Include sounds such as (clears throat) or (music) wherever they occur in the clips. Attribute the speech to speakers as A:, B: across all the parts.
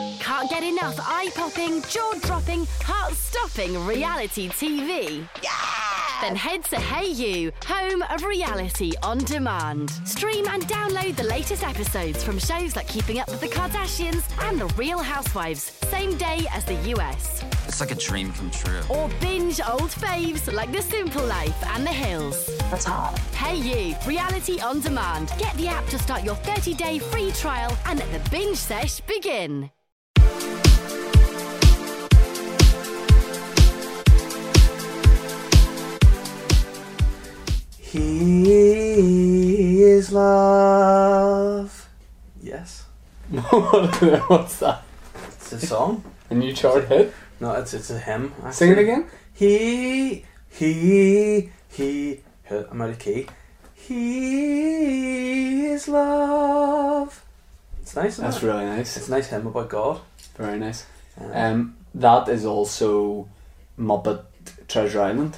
A: can't get enough eye popping, jaw dropping, heart stopping reality TV. Then head to Hey You, home of reality on demand. Stream and download the latest episodes from shows like Keeping Up with the Kardashians and The Real Housewives, same day as the US.
B: It's like a dream come true.
A: Or binge old faves like The Simple Life and The Hills.
C: That's hot.
A: Hey You, reality on demand. Get the app to start your 30 day free trial and let the binge sesh begin.
D: He is love. Yes,
E: What's that?
D: it's a song.
E: A new chart hit?
D: No, it's it's a hymn. Actually.
E: Sing it again?
D: He he he. uh, I'm out of key. He is love. It's nice. Isn't
E: That's
D: it?
E: really nice.
D: It's a nice hymn about God.
E: Very nice.
D: Um,
E: Um, that is also Muppet Treasure Island.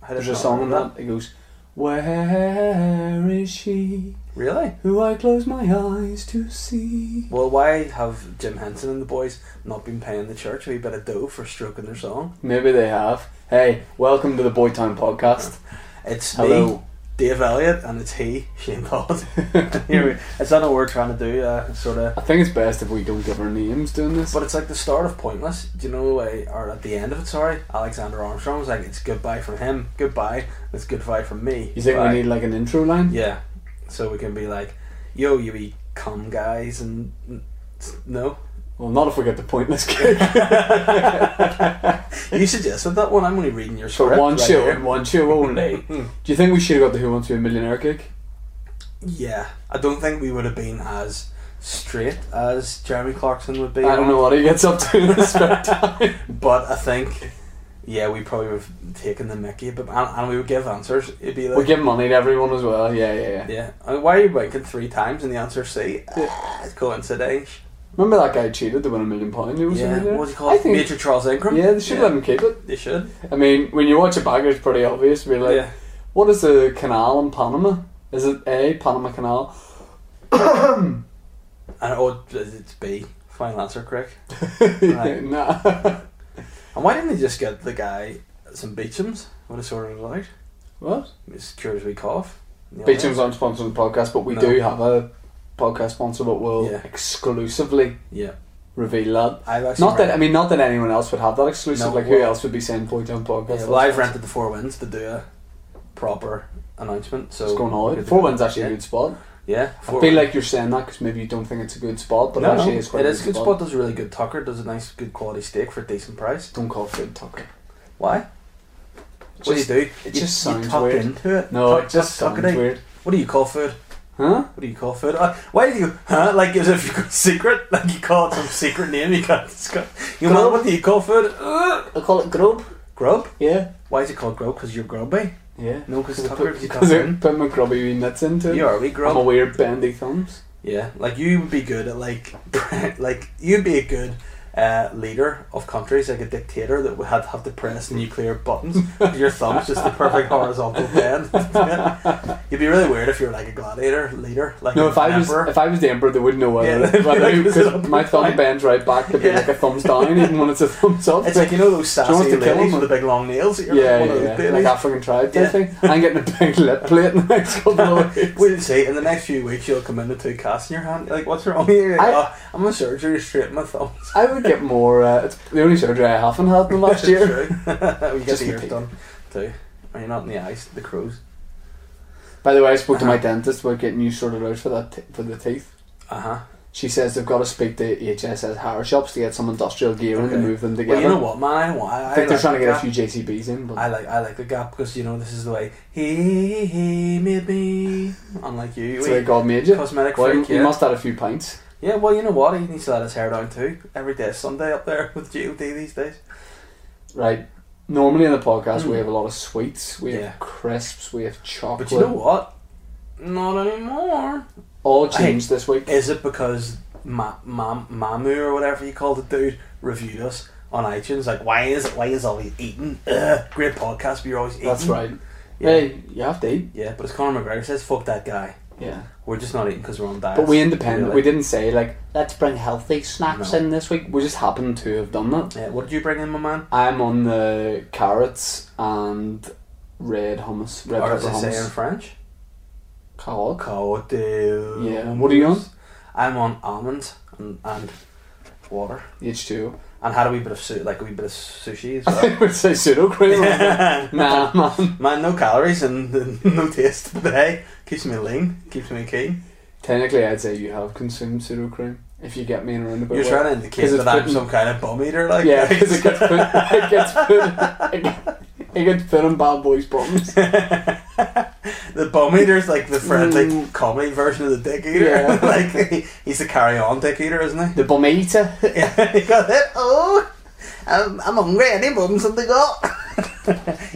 D: how did
E: There's a
D: not
E: song in
D: remember
E: that. It goes, Where is she
D: Really?
E: who I close my eyes to see?
D: Well, why have Jim Henson and the boys not been paying the church a wee bit of dough for stroking their song?
E: Maybe they have. Hey, welcome to the Boytown podcast.
D: It's me,
E: Hello.
D: Dave Elliott, and it's he, Shane
E: (laughs)
D: Todd. Here we, it's not what we're trying to do, uh, sort of.
E: I think it's best if we don't give our names doing this.
D: But it's like the start of Pointless. Do you know, uh, or at the end of it, sorry, Alexander Armstrong was like, it's goodbye from him, goodbye, it's goodbye from me.
E: You think we
D: Bye.
E: need like an intro line?
D: Yeah. So we can be like, yo, you be cum guys, and n- s-
E: (laughs)
D: no.
E: Well, not if we get the (laughs) pointless kick.
D: You suggested that one, I'm only reading your
E: For
D: script.
E: one
D: right
E: show,
D: here.
E: (laughs) one show only. Do you think we should have got the Who Wants to Be a Millionaire kick?
D: Yeah, I don't think we would have been as straight as Jeremy Clarkson would be.
E: I don't know what he gets up to in (laughs) his spare
D: (laughs)
E: time.
D: but I think, yeah, we probably would have taken the Mickey, but and, and we would give answers. It'd be like,
E: We give money to everyone as well. Yeah, yeah, yeah.
D: yeah, Uh, why are you winking three times and the answer is C? Ah, it's coincidence.
E: Remember that guy cheated to win a million pounds? He was a
D: Yeah,
E: millionaire?
D: what do you
E: I
D: call it?
E: think.
D: Major Charles Ingram.
E: yeah, they should let him keep it.
D: They should.
E: I mean, when you watch it back, it's pretty obvious. Be like,
D: Yeah.
E: what is the canal in Panama? Is it A, Panama Canal?
D: And oh, it's B. Final answer, Craig. (laughs) Right.
E: (laughs) nah.
D: And why didn't they just get the guy some Beechams? Would have sorted it out.
E: what?
D: It's cures we cough. You know,
E: Beecham's aren't sponsoring the podcast, but we
D: No.
E: do have a podcast sponsor that will
D: Yeah.
E: exclusively
D: Yeah.
E: reveal that.
D: I've actually
E: Not that I
D: read-
E: mean, not that anyone else would have that exclusive.
D: No,
E: like, who
D: well-
E: else would be saying Boy Town Podcast?
D: Yeah, well, I've rented the Four Winds to do a proper announcement. So
E: It's going
D: we
E: on.
D: could
E: Four
D: do
E: Winds
D: that.
E: actually
D: yeah.
E: a good spot.
D: Yeah, Four
E: I feel
D: Winds.
E: like you're saying that because maybe you don't think it's a good spot, but
D: No,
E: actually,
D: no,
E: it's quite
D: it
E: a
D: is a good spot. Does a really good tucker. Does a nice, good quality steak for a decent price.
E: Don't call food Tucker.
D: Why? What
E: Just-
D: do you do?
E: it
D: you,
E: just
D: you
E: sounds
D: tuck
E: weird.
D: into it.
E: No,
D: Tuck-
E: it just
D: tuck- tuck it
E: sounds
D: in.
E: weird.
D: What do you call food?
E: Huh?
D: What do you call food? Uh, why do you? Huh? Like it's if you got secret, (laughs) like you call it some secret name. You can't. It's got, you know
E: Grub.
D: what do you call food? Uh,
E: I call it grub.
D: grub.
E: Yeah.
D: Why is it called grub? Because you're grubby.
E: Yeah.
D: No, because
E: (laughs) Because I
D: tucker.
E: put,
D: Because you
E: because
D: tuck
E: I
D: in.
E: put my grubby wee nuts into it.
D: You are a wee
E: I'm
D: grub.
E: a weird bendy thumbs.
D: Yeah, like you would be good at like, (laughs) like you'd be a good uh, leader of countries, like a dictator that would have to have to press nuclear buttons. with Your thumb's just the
E: (laughs)
D: perfect horizontal bend. (laughs) You'd be really weird if you were like a gladiator leader, like
E: No,
D: an
E: if I was
D: emperor.
E: if I was the emperor, they wouldn't know
D: Yeah,
E: whether
D: (laughs) they'd be
E: whether
D: like, is it
E: because
D: up
E: my
D: or
E: thumb
D: down?
E: bends right back to be
D: Yeah.
E: like a thumbs down, even when it's a thumbs up.
D: it's like you know those
E: you want
D: sassy
E: to kill
D: ladies
E: him?
D: with the big long nails. that You're
E: yeah,
D: like, one
E: yeah,
D: of
E: yeah.
D: those
E: like African tribe type
D: Yeah.
E: thing. I'm getting a big lip plate in
D: (laughs)
E: the next couple of
D: babies.
E: weeks.
D: We'll see. In the next few weeks, you'll come in with two casts in your hand. You're Like, what's wrong with you? You're Like, "Oh,
E: I-
D: I'm a surgery straight in my thumbs.
E: I would get more. Uh, it's the only surgery I haven't had in
D: (laughs)
E: the last year.
D: True. (laughs) we get
E: Just
D: the
E: my
D: ears
E: teeth.
D: done too. Are you not in the eyes? The crows.
E: By the way, I spoke to my
D: Uh-huh.
E: dentist about getting you sorted out for that t- for the teeth.
D: Uh huh.
E: She says they've got to speak to HSS Harrow shops to get some industrial gear in to
D: Okay.
E: move them together.
D: Well, you know what, man? I, don't want- I,
E: I think
D: like
E: they're trying to
D: the
E: get a
D: gap.
E: few JCBs in, but
D: I like I like the gap because you know this is the way he he made me. Unlike you,
E: it's
D: we-
E: like God made you.
D: cosmetic
E: Well,
D: freak.
E: you
D: Yeah.
E: must have had a few pints.
D: yeah, well, you know what? He needs to let his hair down too. Every day is Sunday up there (laughs) with GOD these days.
E: Right. Normally in the podcast we
D: Mm.
E: have a lot of sweets, we
D: Yeah.
E: have crisps, we have chocolate.
D: But you know what? Not anymore.
E: All changed this week.
D: Is it because Ma- Ma- Mamu or whatever you call the dude reviewed us on iTunes? Like, why is why is all he eating? Ugh, great podcast, but you're always eating.
E: That's right.
D: Yeah.
E: Hey, you have to eat.
D: Yeah, but as Conor McGregor says, fuck that guy.
E: Yeah.
D: We're just not eating because we're on diet.
E: But we independent. We didn't say like let's bring healthy snacks
D: No.
E: in this week. We just happened to have done that.
D: Yeah, what did you bring in, my man?
E: I'm on the carrots and red hummus, red
D: Or
E: pepper
D: as they say uh, in
E: hummus.
D: French,
E: Carotte.
D: Cote
E: Yeah, what are you on?
D: I'm on almonds and, and water.
E: (laughs) H2O.
D: And had a wee bit of su- like a wee bit of sushi as
E: I (laughs)
D: well.
E: think we'd say
D: (laughs)
E: pseudo cream. nah, man.
D: Man, no calories and, and (laughs) no taste, but hey, keeps me lean, keeps me keen.
E: Technically, I'd say you have consumed pseudo cream. If you get me in a roundabout
D: You're
E: way.
D: trying to
E: 'Cause
D: indicate
E: it's
D: that I'm
E: putting-
D: some kind of bum eater, like (laughs)
E: Yeah, because it gets put. It gets put. It gets, it gets put on bad boys' bottoms.
D: the bum eater's like the friendly
E: Mm.
D: comedy version of the dick eater.
E: Yeah.
D: (laughs) like he, he's the carry on dick eater, isn't he?
E: The bum eater.
D: (laughs) Yeah, you got it. Oh, I'm, I'm hungry. Any bums have they (laughs) got?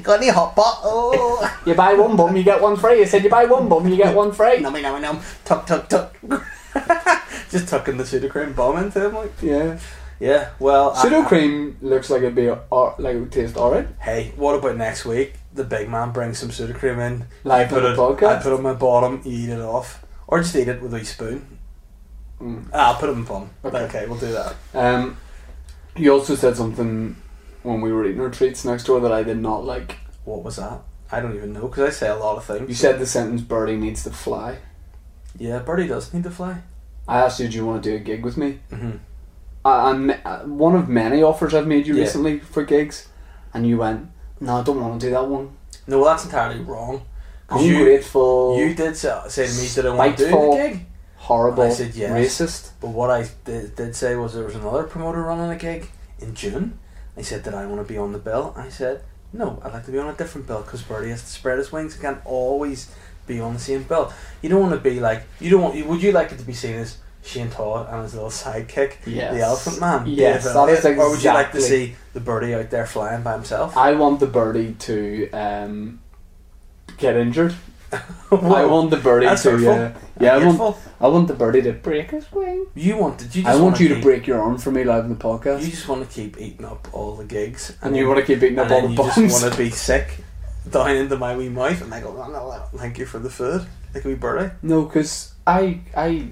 D: got any hot pot? Oh,
E: You buy one bum, you get one free. I said you buy one bum, you get
D: (laughs)
E: one free.
D: nummy nummy num. Tuck tuck tuck. (laughs) Just tucking the pseudo cream bomb into him, like
E: Yeah.
D: yeah. Well, I-
E: Pseudo cream looks like it'd be a, or, like it would taste alright.
D: hey, what about next week? The big man brings some pseudo cream in.
E: Live
D: put
E: on the
D: it,
E: podcast.
D: I put it on my bottom. You eat it off, or just eat it with a wee spoon.
E: Mm.
D: Ah, I'll put it in my bum.
E: Okay.
D: Okay. we'll do that.
E: Um, you also said something when we were eating our treats next door that I did not like.
D: What was that? I don't even know because I say a lot of things.
E: You said the sentence "Birdie needs to fly."
D: yeah, Birdie does need to fly.
E: I asked you, "Do you want to do a gig with me?"
D: Mm-hmm.
E: I, I'm uh, one of many offers I've made you
D: Yeah.
E: recently for gigs, and you went, "No, I don't want to do that one.
D: No, well, that's entirely wrong. 'Cause
E: I'm
D: you,
E: grateful,
D: You did say, say to me that I want to do the
E: Spiteful.
D: gig,
E: horrible,
D: I said yes.
E: racist."
D: but what I did, did say was there was another promoter running a gig in June. I said that I want to be on the bill. I said no, I'd like to be on a different bill because Birdie has to spread his wings. He can't always be on the same bill. You don't want to be like you don't want. you- Would you like it to be seen as Shane Todd and his little sidekick,
E: Yes.
D: the Elephant Man?
E: Yes,
D: David
E: that is
D: Elliott? Or would you like to
E: exactly-
D: see the Birdie out there flying by himself?
E: I want the birdie to um, get injured.
D: (laughs)
E: I want the birdie
D: That's
E: to
D: hurtful.
E: uh, yeah. I want,
D: Hateful.
E: I want the birdie to break his wing.
D: You want did you?
E: I
D: just
E: want
D: wanna
E: you to
D: keep-
E: break your arm for me live in the podcast.
D: You just want to keep eating up all the gigs,
E: and you want to keep eating
D: and
E: up all
D: then
E: the
D: you just
E: bombs.
D: want to be sick, down into my wee mouth, and I go, "No, no, no, thank you for the food, like a wee birdie.
E: No, because I, I,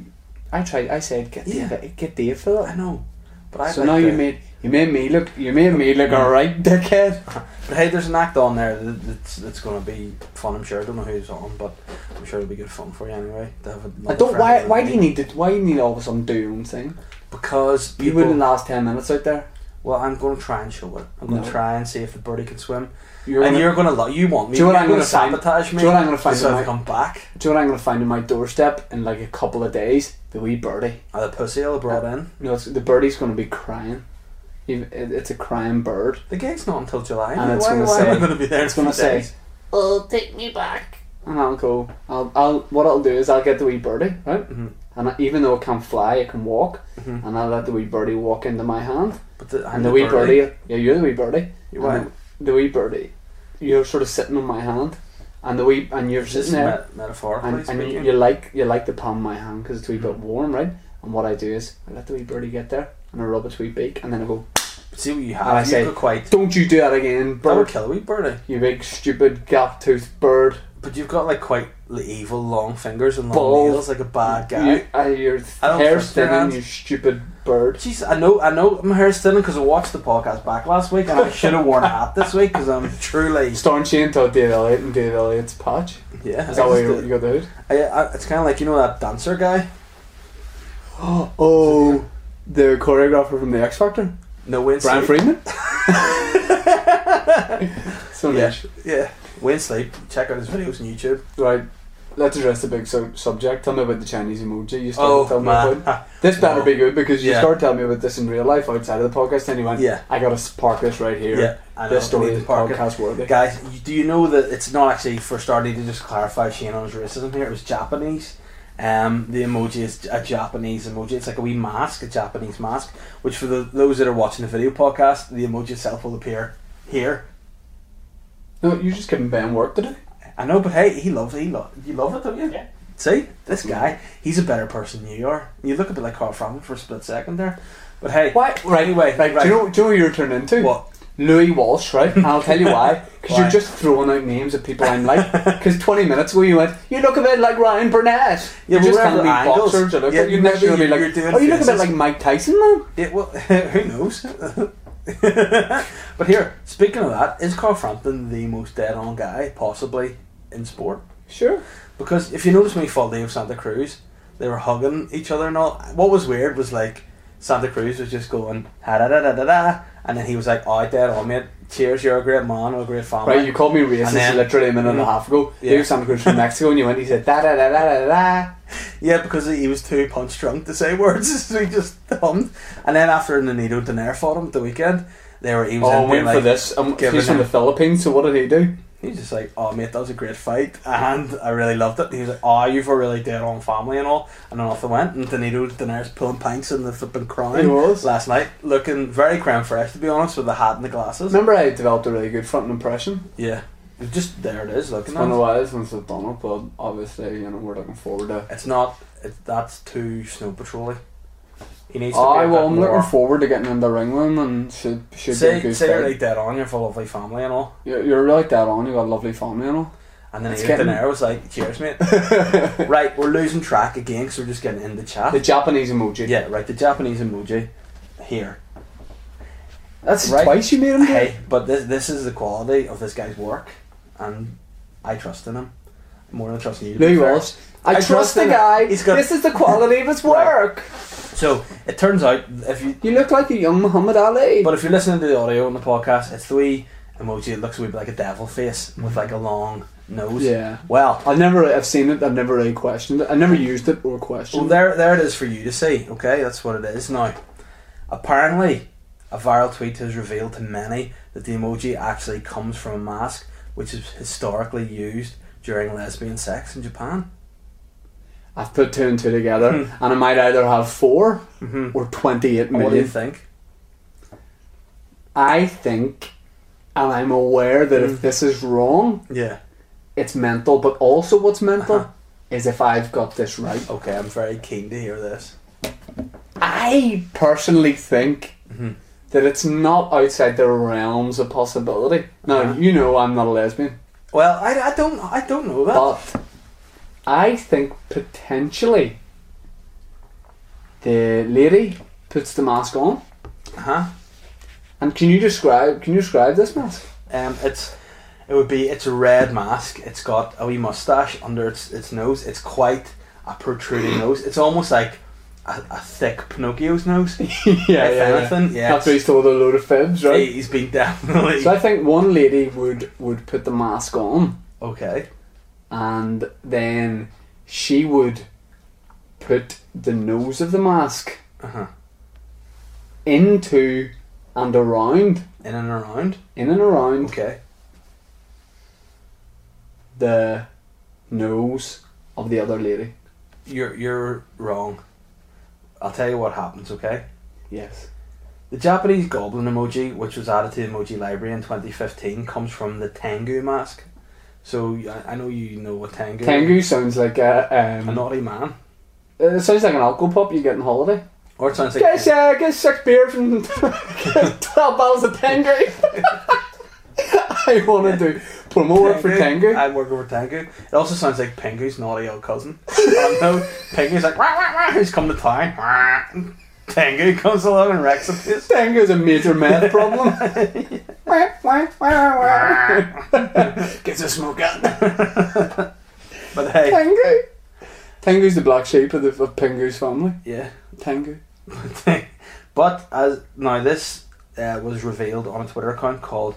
E: I tried. I said get
D: Yeah.
E: Dave, get Dave for
D: I
E: that.
D: know, but I
E: so
D: like
E: now
D: the,
E: you made you made me look you made me look alright, dickhead.
D: But hey, there's an act on there that, that's that's going to be fun. I'm sure. I don't know who's on, but I'm sure it'll be good fun for you anyway. To have
E: I don't. Why? Why do you need to? Why you need all of a sudden do your own thing?
D: Because
E: You
D: people.
E: wouldn't last ten minutes out there.
D: well, I'm going to try and show it. I'm going to
E: No.
D: try and see if the birdie can swim.
E: You're
D: and
E: gonna-
D: you're going to lo- you want me.
E: Do you know what
D: you're
E: I'm
D: gonna
E: gonna find-
D: sabotage me.
E: do you know what I'm gonna find
D: So
E: in
D: I
E: my-
D: come back.
E: Do you know what I'm gonna find on my doorstep in like a couple of days? The wee birdie.
D: Are uh, the pussy all brought in?
E: You know, it's, the birdie's gonna be crying. Even- it- It's a crying bird.
D: The gig's not until July.
E: And it's
D: why
E: gonna
D: why
E: say-
D: am I going to be there?
E: It's gonna say,
B: Oh, take me back.
E: and I'll go. I'll, I'll. What I'll do is I'll get the wee birdie, right?
D: Mhm.
E: And I, even though it can fly, it can walk,
D: Mhm.
E: and I'll let the wee birdie walk into my hand.
D: But the, I'm
E: and the, wee birdie. yeah, you're the wee birdie.
D: You are.
E: And The, the wee birdie, you're sort of sitting on my hand, and the wee, and you're
D: Just
E: sitting there,
D: met- metaphorically
E: and, and you,
D: speaking.
E: you like you like the palm of my hand because it's a wee bit warm, right? And what I do is I let the wee birdie get there, and I rub its wee beak, and then I go,
D: See what you have.
E: and I
D: you
E: say,
D: could quite.
E: "Don't you do that again,
D: That would
E: bird!
D: kill a wee birdie.
E: You big stupid gap toothed bird!"
D: But you've got like quite li- evil long fingers and long
E: Balls.
D: nails, like a bad guy.
E: You, uh, your
D: I don't
E: hair's
D: trust your
E: thinning,
D: hands.
E: you stupid bird.
D: Jeez, I know, I know. My hair's thinning because I watched the podcast back last week,
E: (laughs)
D: and I should have worn a hat this week because I'm truly.
E: Starring Shane Todd David Elliott and David Elliott's patch.
D: Yeah,
E: Is
D: I
E: that why
D: just
E: you,
D: did-
E: you got the hood?
D: I, I, it's kind of like you know that dancer guy.
E: Oh, the choreographer from The X Factor,
D: No, Wayne
E: Brian
D: Sleep.
E: Freeman. (laughs) so
D: Yeah,
E: niche.
D: yeah. Wayne Sleep. Check out his videos on YouTube.
E: Right, let's address the big sub- subject. Tell me about the Chinese emoji. You started
D: Oh
E: to tell me
D: man,
E: (laughs) about. This better
D: Wow.
E: be good because you
D: Yeah.
E: started telling me about this in real life outside of the podcast. And you went,
D: Yeah.
E: I gotta s- park this right here.
D: yeah. I know.
E: This
D: we
E: story
D: need
E: is
D: to park it.
E: podcast worthy.
D: Guys, you- do you know that it's not actually for starting to just clarify Shane on his racism here? It was Japanese. Um, the emoji is a Japanese emoji. It's like a wee mask, a Japanese mask. Which for the, those that are watching the video podcast, the emoji itself will appear here.
E: No, you're just giving Ben work to do.
D: I know, but hey, he loves it. He lo- you love it, don't you?
B: Yeah.
D: See, this guy, he's a better person than you are. You look a bit like Carl Franklin for a split second there, but hey,
E: Why? Right,
D: Anyway,
E: right.
D: right.
E: Do you know? Do you know what you're turning into?
D: What?
E: Louis Walsh, right?
D: (laughs)
E: And I'll tell you why. Because
D: Why?
E: you're just throwing out names of people I'm
D: (laughs)
E: like. Because 20 minutes ago you went, you look a bit like Ryan Burnett.
D: Yeah,
E: you
D: but
E: just
D: we're
E: can't
D: at
E: be
D: angles.
E: boxers. Or look
D: Yeah,
E: at- you'd
D: maybe
E: never be
D: you-
E: like,
D: you're doing
E: oh, you look a bit
D: faces."
E: like Mike Tyson, man.
D: Yeah, well, (laughs) who knows? but here, speaking of that, is Carl Frampton the most dead on guy possibly in sport?
E: Sure.
D: Because if you notice when he fought Leo Santa Cruz, they were hugging each other and all. What was weird was like Santa Cruz was just going ha da da da da da, and then he was like, "I dead on mate, cheers, you're a great man, or a great family."
E: Right, you called me racist
D: And then-
E: literally a minute and a half ago.
D: Yeah.
E: Yeah. Here's Santa Cruz from Mexico, and you went, he said, da da da da
D: (laughs)
E: da da. Oh,
D: Yeah, because he was too punch drunk to say (laughs) words, so he just hummed. And then after Nonito Donaire fought him at the weekend, they were he was in
E: Oh, I'm
D: there,
E: waiting for
D: like,
E: this. Um,
D: giving
E: he's from
D: him-
E: the Philippines, so what did he do?
D: He's just like, oh mate, that was a great fight, and I really loved it. And he was like, oh, you were really dead on family and all, and then off they went. And Danilo Daenerys pulling pints in the flipping crying
E: He was.
D: last night, looking very creme fresh to be honest, with the hat and the glasses.
E: Remember, I developed a really good front impression.
D: Yeah, It's just there it is.
E: It's
D: Looking
E: been a
D: at it.
E: while since I've done it, but obviously, you know, we're looking forward to.
D: it's not. It, that's too snow patrolly. He needs to be
E: I
D: a
E: well,
D: bit
E: I'm
D: more.
E: looking forward to getting in the ring with him, and should should be a
D: Say,
E: good
D: say
E: fight.
D: you're like dead on, you're for a lovely family and all,
E: you're, you're like that on. You got a lovely family, you know.
D: and then
E: It's
D: Danilo
E: getting-
D: Daenerys was like, cheers mate. (laughs) right, we're losing track again because we're just getting in the chat.
E: The Japanese emoji.
D: Yeah, right. The Japanese emoji here.
E: that's
D: Right.
E: twice you made him. do it.
D: Hey, but this this is the quality of this guy's work, and I trust in him more than I trust in you. to be
E: Louis
D: fair.
E: Walsh. I, trust, the
D: him.
E: guy.
D: He's got-
E: this is the quality of
D: (laughs)
E: his
D: Right.
E: work.
D: So it turns out if you,
E: You look like a young Muhammad Ali.
D: but if you're listening to the audio on the podcast, it's the wee emoji. It looks a wee bit like a devil face with like a long nose.
E: Yeah.
D: Well,
E: I've never, I've seen it. I've never really questioned it. I've never used it or questioned.
D: Well, there, there it is for you to see. Okay, that's what it is now. Apparently, a viral tweet has revealed to many that the emoji actually comes from a mask, which is historically used during lesbian sex in Japan.
E: it. I've put two and two together,
D: Hmm.
E: and I might either have 4 or twenty-eight
D: What do you
E: million.
D: think?
E: I think, and I'm aware that if this is wrong,
D: Yeah.
E: it's mental. But also, what's mental
D: Uh-huh.
E: is if I've got this right.
D: Okay, I'm very keen to hear this.
E: I personally think that it's not outside the realms of possibility. Now,
D: Uh-huh.
E: you know, I'm not a lesbian,
D: Well, I, I don't I don't know that.
E: but I think potentially the lady puts the mask on.
D: huh?
E: And can you describe? Can you describe this mask?
D: Um, it's it would be it's a red mask. It's got a wee mustache under its its nose. It's quite a protruding nose. It's almost like a, a thick Pinocchio's (laughs) nose.
E: (laughs) yeah,
D: If anything, yeah.
E: After he's told a load of fibs, right?
D: He- He's been definitely
E: So I think one lady would would put the mask on,
D: okay.
E: and then she would put the nose of the mask
D: Uh-huh.
E: into and around,
D: In and around.
E: in and around
D: Okay.
E: the nose of the other lady.
D: You're you're wrong. I'll tell you what happens. Okay.
E: Yes.
D: The Japanese goblin emoji, which was added to the emoji library in 2015, comes from the Tengu mask. So I, I know you know what Tengu.
E: Tengu sounds like a
D: A
E: um,
D: naughty man.
E: it sounds like an alcohol pop you get on holiday.
D: Or it sounds like.
E: Guess uh, get six beers and (laughs) twelve bottles of Tengu. (laughs) I want to do promo work for Tengu.
D: I'm working for Tengu. It also sounds like Pingu's naughty old cousin. I know Pingu's like, wah, wah, wah, he's come to town. Wah. Tengu comes along and wrecks the (laughs) place.
E: Tengu is a major
D: (laughs)
E: meth problem. Wah, wah, wah, wah.
D: Gets a smoke out. but hey,
E: Tengu. Tengu's the black sheep of, the, of Pingu's family.
D: yeah.
E: Tengu.
D: (laughs) but as now this uh, was revealed on a Twitter account called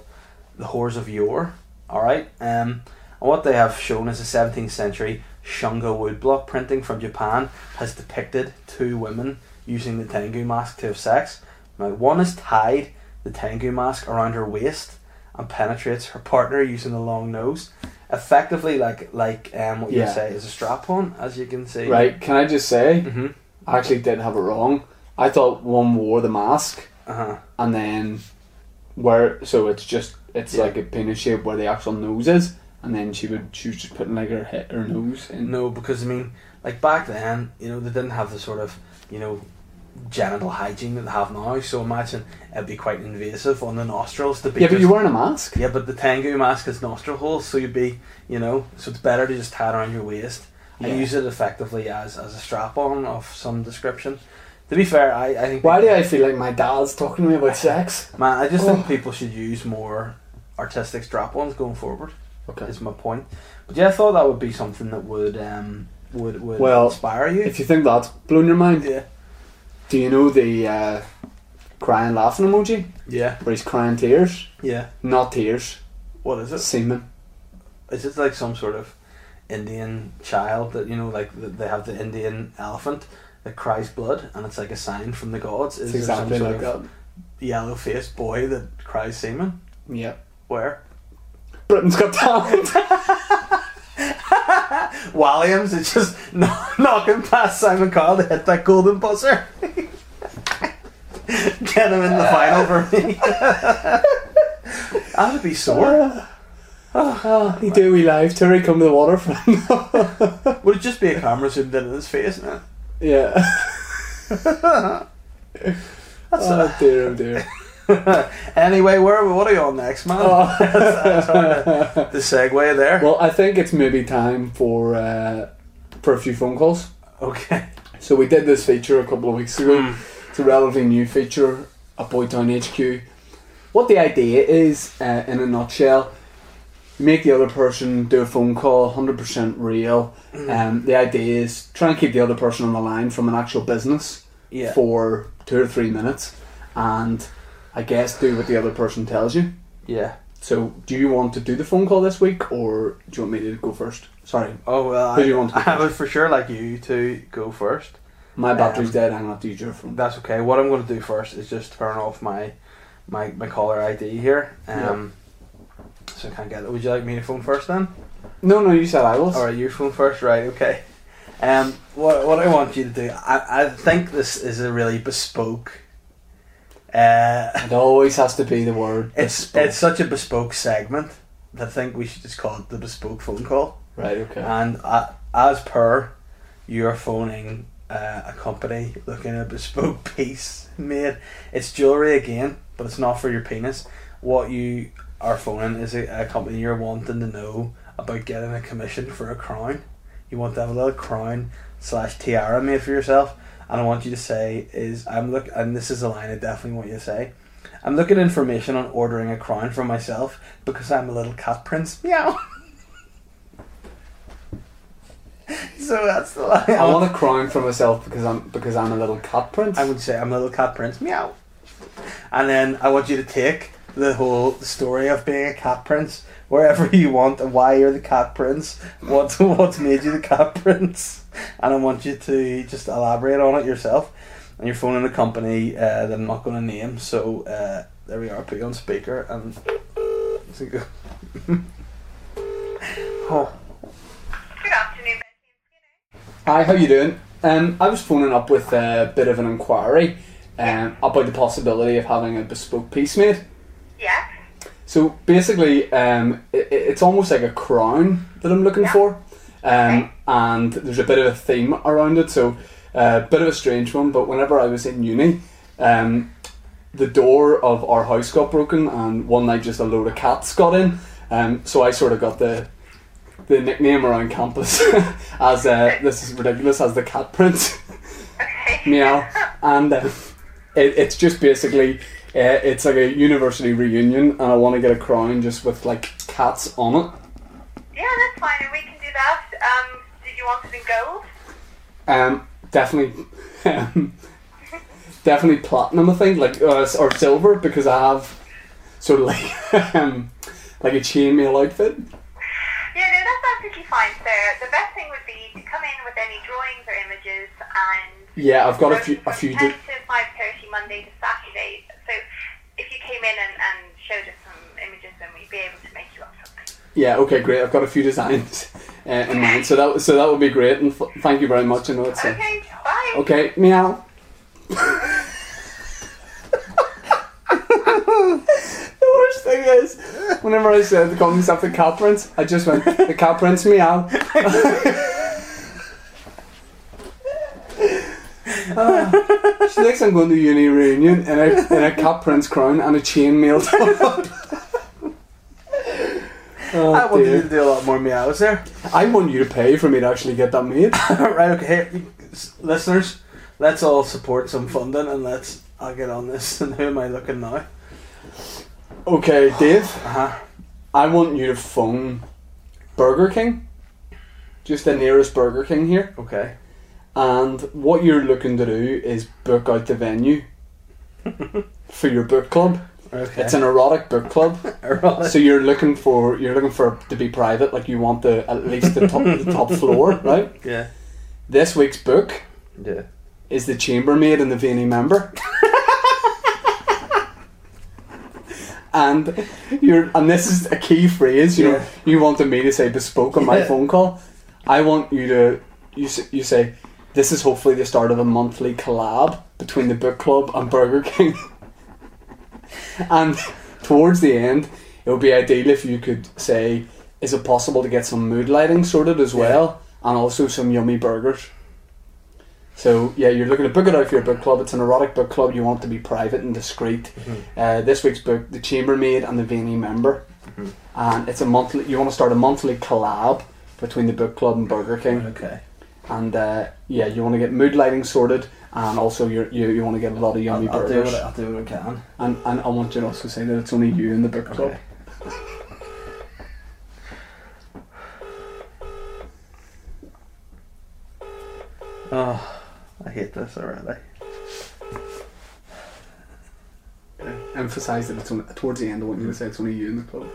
D: the Whores of Yore. All right, um, and what they have shown is a 17th century Shunga woodblock printing from Japan has depicted two women using the Tengu mask to have sex. Now, one has tied the Tengu mask around her waist and penetrates her partner using the long nose, effectively like like um, what you
E: Yeah.
D: say is a strap on, as you can see.
E: Right, can I just say,
D: Mm-hmm.
E: I actually did have it wrong. I thought one wore the mask
D: Uh huh.
E: and then where, so it's just, it's
D: Yeah.
E: like a penis shape where the actual nose is, and then she would, she was just putting like her head, her nose in.
D: No, because I mean, like back then, you know, they didn't have the sort of, you know, genital hygiene that they have now. So imagine it'd be quite invasive on the nostrils to be.
E: Yeah, but
D: just-
E: you're wearing a mask.
D: Yeah, but the tengu mask is nostril holes, so you'd be, you know, so it's better to just tie it around your waist and
E: Yeah.
D: use it effectively as, as a strap on of some description. To be fair, I, I think.
E: Why do Oh. I feel like my dad's talking to me about sex?
D: Man, I just think people should use more artistic strap ons going forward,
E: Okay.
D: is my point. But yeah, I thought that would be something that would um, would, would
E: Well,
D: inspire you.
E: If you think that's blown your mind,
D: yeah.
E: do you know the uh, crying laughing emoji
D: Yeah,
E: where he's crying tears?
D: yeah.
E: Not tears,
D: What is it?
E: semen.
D: Is it like some sort of Indian child that you know, like th- they have the Indian elephant that cries blood, and it's like a sign from the gods? Is
E: It's
D: there some
E: exactly
D: sort
E: like
D: of
E: that.
D: yellow-faced boy that cries semen?
E: Yeah.
D: Where
E: Britain's Got
D: (laughs)
E: Talent.
D: Williams is just (laughs) kno- knocking past Simon Cowell to hit that golden buzzer. (laughs) Get him in the final for me. (laughs) I would be sore.
E: (laughs) he Ah, do we live tour. He come to the water from.
D: Would it just be a camera zoomed in on his face? No.
E: (laughs)
D: (laughs)
E: yeah.
D: That's a-
E: Oh dear, oh
D: (laughs)
E: dear.
D: Anyway, where what are you on next, man?
E: Oh.
D: That's- that's hard to- the segue there.
E: Well, I think it's maybe time for uh, for a few phone calls.
D: okay.
E: So we did this feature a couple of weeks ago.
D: Hmm.
E: It's a relatively new feature at Boytown HQ. What the idea is, uh, in a nutshell, make the other person do a phone call, hundred percent real.
D: Hmm.
E: Um, the idea is try and keep the other person on the line from an actual business
D: Yeah.
E: for two or three minutes, and I guess do what the other person tells you.
D: Yeah.
E: So, do you want to do the phone call this week, or do you want me to go first? Sorry,
D: Oh well.
E: Who
D: I,
E: do you want to go
D: I would for sure like you to go first.
E: my battery's
D: Um,
E: dead. I'm not to use your phone.
D: That's okay. What I'm going to do first is just turn off my my, my caller ID here. Um, So I can't get it. Would you like me to phone first then?
E: No, no, you said I was.
D: All right, you phone first, right? Okay. Um, what what I want you to do, I, I think this is a really bespoke. Uh,
E: It always has to be the word.
D: It's
E: bespoke.
D: it's such a bespoke segment. that I think we should just call it the bespoke phone call.
E: right. Okay.
D: And uh, as per, you're phoning uh, a company looking at a bespoke (laughs) piece made. It's jewelry again, but it's not for your penis. What you are phoning is a, a company you're wanting to know about getting a commission for a crown. You want to have a little crown slash tiara made for yourself, and I want you to say is I'm look and this is a line I definitely want you to say. I'm looking at information on ordering a crown for myself because I'm a little cat prince. Meow. (laughs) so that's the line.
E: I want a crown for myself because I'm because I'm a little cat prince.
D: uh, I would say I'm a little cat prince. Meow. And then I want you to take the whole story of being a cat prince wherever you want and why you're the cat prince. What's (laughs) what's made you the cat prince? And I want you to just elaborate on it yourself. And you're phoning a company uh, that I'm not going to name. So uh, there we are. Put you on speaker and. There you go. (laughs) oh.
C: Good afternoon, Betty and Skinner.
E: Hi, how you doing? Um, I was phoning up with a bit of an inquiry um, about the possibility of having a bespoke piece made.
C: (laughs) Yes.
E: So basically, um, i i- it's almost like a crown that I'm looking for, um,
C: Okay.
E: and there's a bit of a theme around it. So a bit of a strange one, but whenever I was in uni, um, the door of our house got broken, and one night just a load of cats got in. Um, so I sort of got the the nickname around campus (laughs) as uh, this is ridiculous as the cat prince (laughs)
C: Okay.
E: meow and uh, it, it's just basically uh, it's like a university reunion and i want to get a crown just with like cats on it
C: Yeah, that's fine, and we can do that. Um, did you want it in gold?
E: um definitely um, definitely platinum i think like uh, s- or silver because i have sort of like (laughs) um, like a chainmail outfit
C: Yeah, no, that's absolutely fine, sir. The best thing would be to come in with any drawings or images and.
E: yeah i've got a few a few
C: From
E: di-
C: 10 to 5.30 Monday to Saturday. So if you came in and, and showed us some images, then we'd be able to make you up something.
E: yeah okay great i've got a few designs uh, in mind so that so that would be great and f- thank you very much i know it's uh,
C: Okay, bye.
E: Okay, meow. the worst thing is, whenever I said call myself the cow prince, I just went the cow prince meow. Ah, she Netflix. I'm going to uni reunion in a in a cat prince crown and a chainmail top. Oh,
D: I wanted you
E: dear.
D: to do a lot more meows there.
E: I want you to pay for me to actually get that made.
D: (laughs) right, okay, here, you- s- listeners, let's all support some funding and let's. I'll get on this. (laughs) And who am I looking now?
E: Okay, Dave.
D: Uh-huh.
E: I want you to phone Burger King, just the nearest Burger King here,
D: Okay.
E: and what you're looking to do is book out the venue for your book club.
D: Okay. (laughs)
E: It's an erotic book club,
D: Erotic.
E: so you're looking for you're looking for it to be private, like you want the at least the top the top floor, right?
D: Yeah.
E: This week's book
D: Yeah.
E: is the chambermaid and the veiny member. and you're and this is a key phrase, you
D: Yeah.
E: know, you wanted me to say bespoke on my
D: Yeah.
E: phone call. I want you to you s- you say this is hopefully the start of a monthly collab between the book club and Burger King. and towards the end, it would be ideal if you could say, is it possible to get some mood lighting sorted as well, and also some yummy burgers. So yeah, you're looking to book it out for your book club. It's an erotic book club. You want it to be private and discreet.
D: Mm-hmm.
E: Uh, this week's book, The Chambermaid and the Veiny Member,
D: Mm-hmm.
E: and it's a monthly. You want to start a monthly collab between the book club and Burger King,
D: Okay.
E: and uh, yeah, you want to get mood lighting sorted, and also you're, you you want to get a lot of yummy
D: I'll, I'll do
E: burgers.
D: what I, I'll do what I can.
E: And and I want you to also say that it's only you in the book club.
D: Okay. Oh, (sighs) I hate this already.
E: Emphasize that it's only, towards the end. I want you to say it's only you in the club.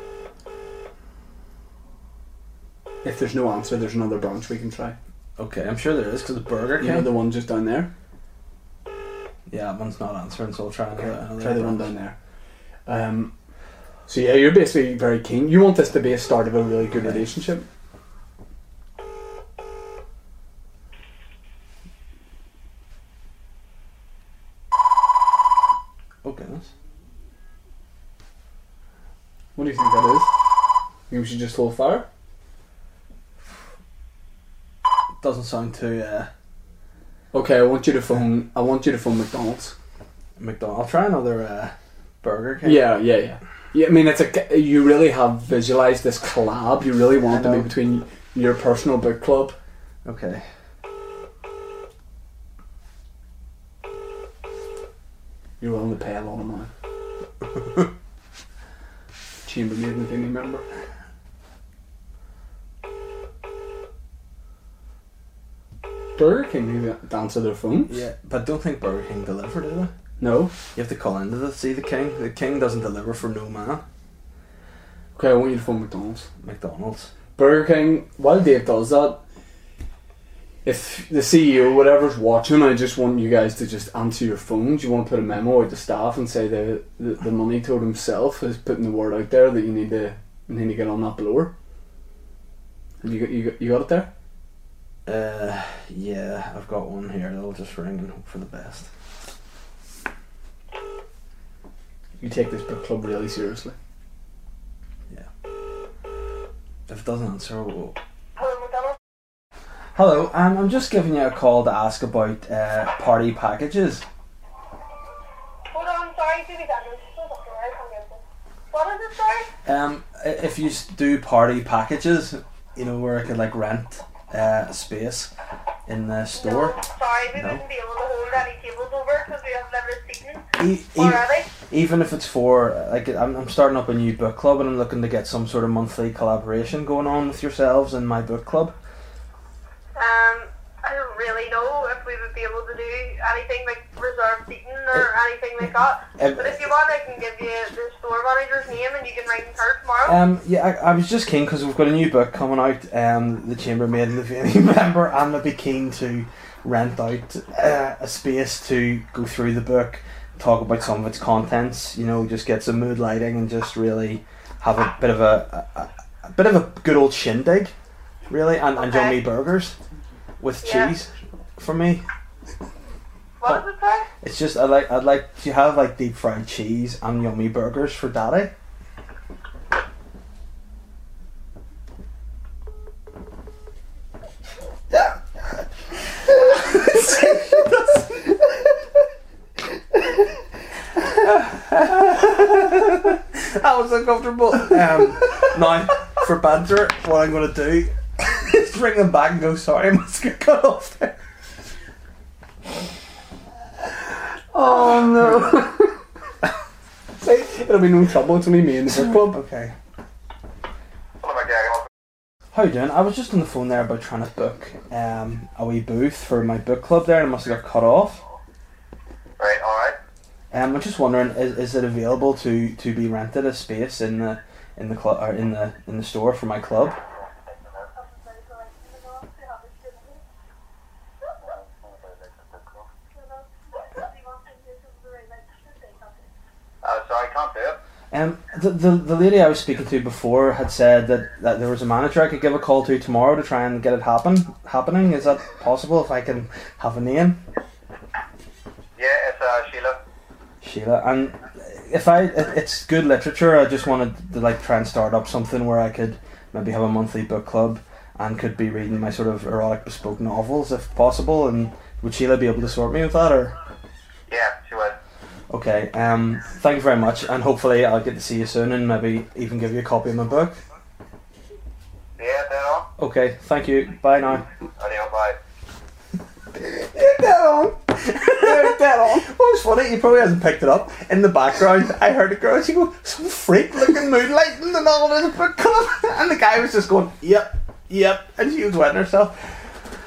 E: If there's no answer, there's another branch we can try.
D: Okay, I'm sure there is because the Burger King.
E: You know the one just down there.
D: yeah, that one's not answering, so I'll try another. another
E: Try the one down
D: branch.
E: there. Um, so yeah, you're basically very keen. You want this to be a start of a really good relationship.
D: Oh goodness.
E: What do you think that is? Maybe we should just hold fire.
D: Doesn't sound too uh,
E: Okay, I want you to phone. I want you to phone McDonald's.
D: McDonald. I'll try another uh, Burger King.
E: Yeah, yeah, yeah. Yeah, I mean, it's a. You really have visualized this collab. You really want it
D: I
E: to be
D: know.
E: between your personal book club.
D: Okay.
E: You're willing to pay a lot of money. Chambermaid and Vinny member. Burger King need to answer their phone.
D: Yeah, but I don't think Burger King deliver, do they?
E: No.
D: You have to call into the see the king. The king doesn't deliver for no man.
E: Okay, I want you to phone McDonald's.
D: McDonald's.
E: Burger King, while Dave does that, if the CEO, whatever's watching, I just want you guys to just answer your phones. You want to put a memo out to staff and say the, the, the money toad himself is putting the word out there that you need to you need to get on that blower. Have you got you got, you got it there?
D: Uh, yeah, I've got one here. That'll just ring and hope for the best.
E: You take this book club really seriously.
D: If it doesn't answer, we'll...
C: Hello, McDonald's.
D: hello. Um, I'm just giving you a call to ask about uh, party packages.
C: Hold on, sorry, give me that. This is a story. I'm getting. What is it, sorry?
D: Um, i- if you s- do party packages, you know where I could like rent uh space in the store.
C: No, sorry, we
D: No.
C: wouldn't be able to hold any tables over because we have never seen
D: E- e-
C: already.
D: even if it's for like I'm, I'm starting up a new book club and I'm looking to get some sort of monthly collaboration going on with yourselves and my book club.
C: Um, I don't really know if we would be able to do anything like reserve seating or anything like that.
D: Um,
C: But if you want, I can give you the store manager's name and you can ring her tomorrow.
D: Um, yeah, I, I was just keen because we've got a new book coming out, um, The Chambermaid and the Veiny (laughs) Member, and I'd be keen to rent out uh, a space to go through the book, talk about some of its contents, you know, just get some mood lighting and just really have a bit of a, a, a bit of a good old shindig, really, and, and yummy
C: Okay.
D: burgers with
C: Yeah.
D: cheese for me.
C: What is it, sorry?
D: It's just I like I'd like to have like deep fried cheese and yummy burgers for daddy. That was uncomfortable. Um, now, for banter, what I'm going to do is bring them back and go, sorry, I must get cut off there.
E: (laughs) Oh no. It'll be no trouble. It's only me and the club.
D: Okay.
F: What am I getting off?
D: How you doing? I was just on the phone there about trying to book um, a wee booth for my book club there and I must have got cut off.
F: Right, alright.
D: Um, I'm just wondering, is, is it available to, to be rented a space in the in the club or in the in the store for my club?
F: Uh, sorry, can't do it.
D: Um, the, the the lady I was speaking to before had said that, that there was a manager I could give a call to tomorrow to try and get it happen happening. Is that possible if I can have a name,
F: Yeah, it's uh, Sheila.
D: Sheila? And if I it, it's good literature, I just wanted to like try and start up something where I could maybe have a monthly book club and could be reading my sort of erotic bespoke novels if possible. And would Sheila be able to sort me with that or?
F: Yeah, she would.
D: Okay. Um. Thank you very much, and hopefully I'll get to see you soon, and maybe even give you a copy of my book.
F: Yeah, dead on.
D: Okay. Thank you. Bye now.
F: Adios, bye.
D: Dead on. Dead on. What was funny? He probably hasn't picked it up. In the background, I heard a girl. She go, "Some freak looking moonlight in the novel in the book club," (laughs) and the guy was just going, "Yep, yep," and she was wetting herself.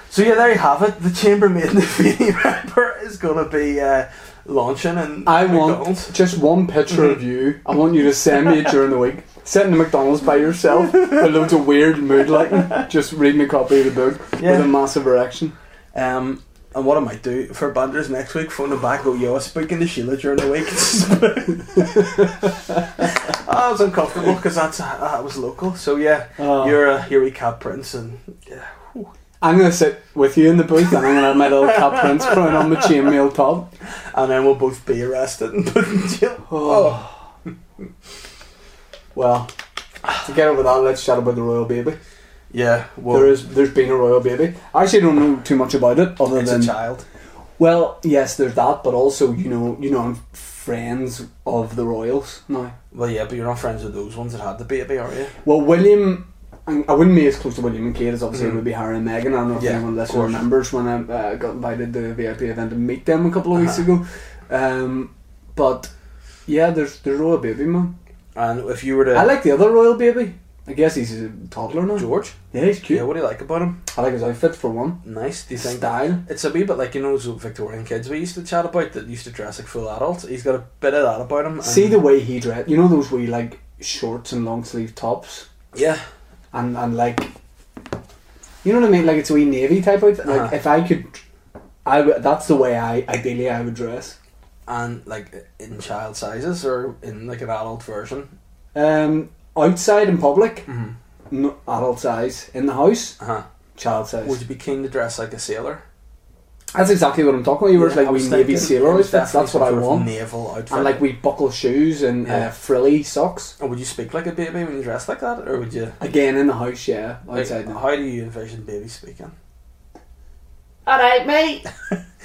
D: So yeah, there you have it. The chambermaid and the (laughs) Feeny rapper is gonna be uh, launching, and
E: I want just one picture of you. I want you to send me it during
D: (laughs)
E: the week. Sitting in McDonald's by yourself with loads of weird mood lighting, just reading a copy of the book
D: Yeah.
E: with a massive erection.
D: Um, and what I might do for Banders next week, phone them back, go, yo, I was speaking to Sheila during the week. (laughs) Ah, I was uncomfortable because that's uh, that was local. So yeah,
E: Oh.
D: you're a you're a cab prince, and yeah,
E: I'm gonna sit with you in the booth and I'm gonna have my little cat prince thrown on my chainmail top.
D: and then we'll both be arrested and put in
E: (sighs)
D: jail.
E: Oh. Well, to get over that, let's chat about the royal baby.
D: Yeah, well,
E: There is, there's been a royal baby. I actually don't know too much about it, other
D: it's
E: than
D: a child.
E: well, yes, there's that, but also you know, you know, I'm friends of the royals now.
D: Well, yeah, but you're not friends with those ones that had the baby, are you?
E: Well, William, I I wouldn't be as close to William and Kate as obviously it would be Harry and Meghan. I don't know if
D: Mm. Yeah,
E: anyone
D: of
E: listening
D: course.
E: remembers when I uh, got invited to the VIP event to meet them a couple of weeks
D: Uh-huh.
E: ago. Um, but yeah, there's the royal baby man.
D: And if you were to
E: I like the other royal baby. I guess he's a toddler now.
D: George,
E: Yeah, he's cute.
D: yeah, what do you like about him?
E: I like his outfit for one.
D: Nice. Do you
E: His
D: think Uh-huh.
E: style.
D: It's a wee bit like you know those Victorian kids we used to chat about that used to dress like full adults. He's got a bit of that about him. and-
E: See the way he dressed. You know those wee like shorts and long sleeve tops,
D: yeah,
E: and and like, you know what I mean? Like it's a wee navy type outfit. Like
D: Uh-huh.
E: if I could, I w- that's the way I ideally I would dress.
D: and like in child sizes or in like an adult version.
E: Um, outside in public,
D: Mhm.
E: no, adult size. In the house,
D: Uh huh.
E: child size.
D: Would you be keen to dress like a sailor?
E: that's exactly what I'm talking about. You were
D: Yeah,
E: like
D: I was
E: we navy
D: thinking it
E: sailor
D: was
E: outfits.
D: definitely
E: That's what I
D: some sort of
E: want.
D: Naval outfit.
E: And like we buckle shoes and
D: Yeah.
E: uh, frilly socks.
D: and would you speak like a baby when you dress like that, or would you?
E: Again in the house, yeah.
D: Like,
E: Outside. now.
D: how do you envision baby speaking?
B: Alright, mate.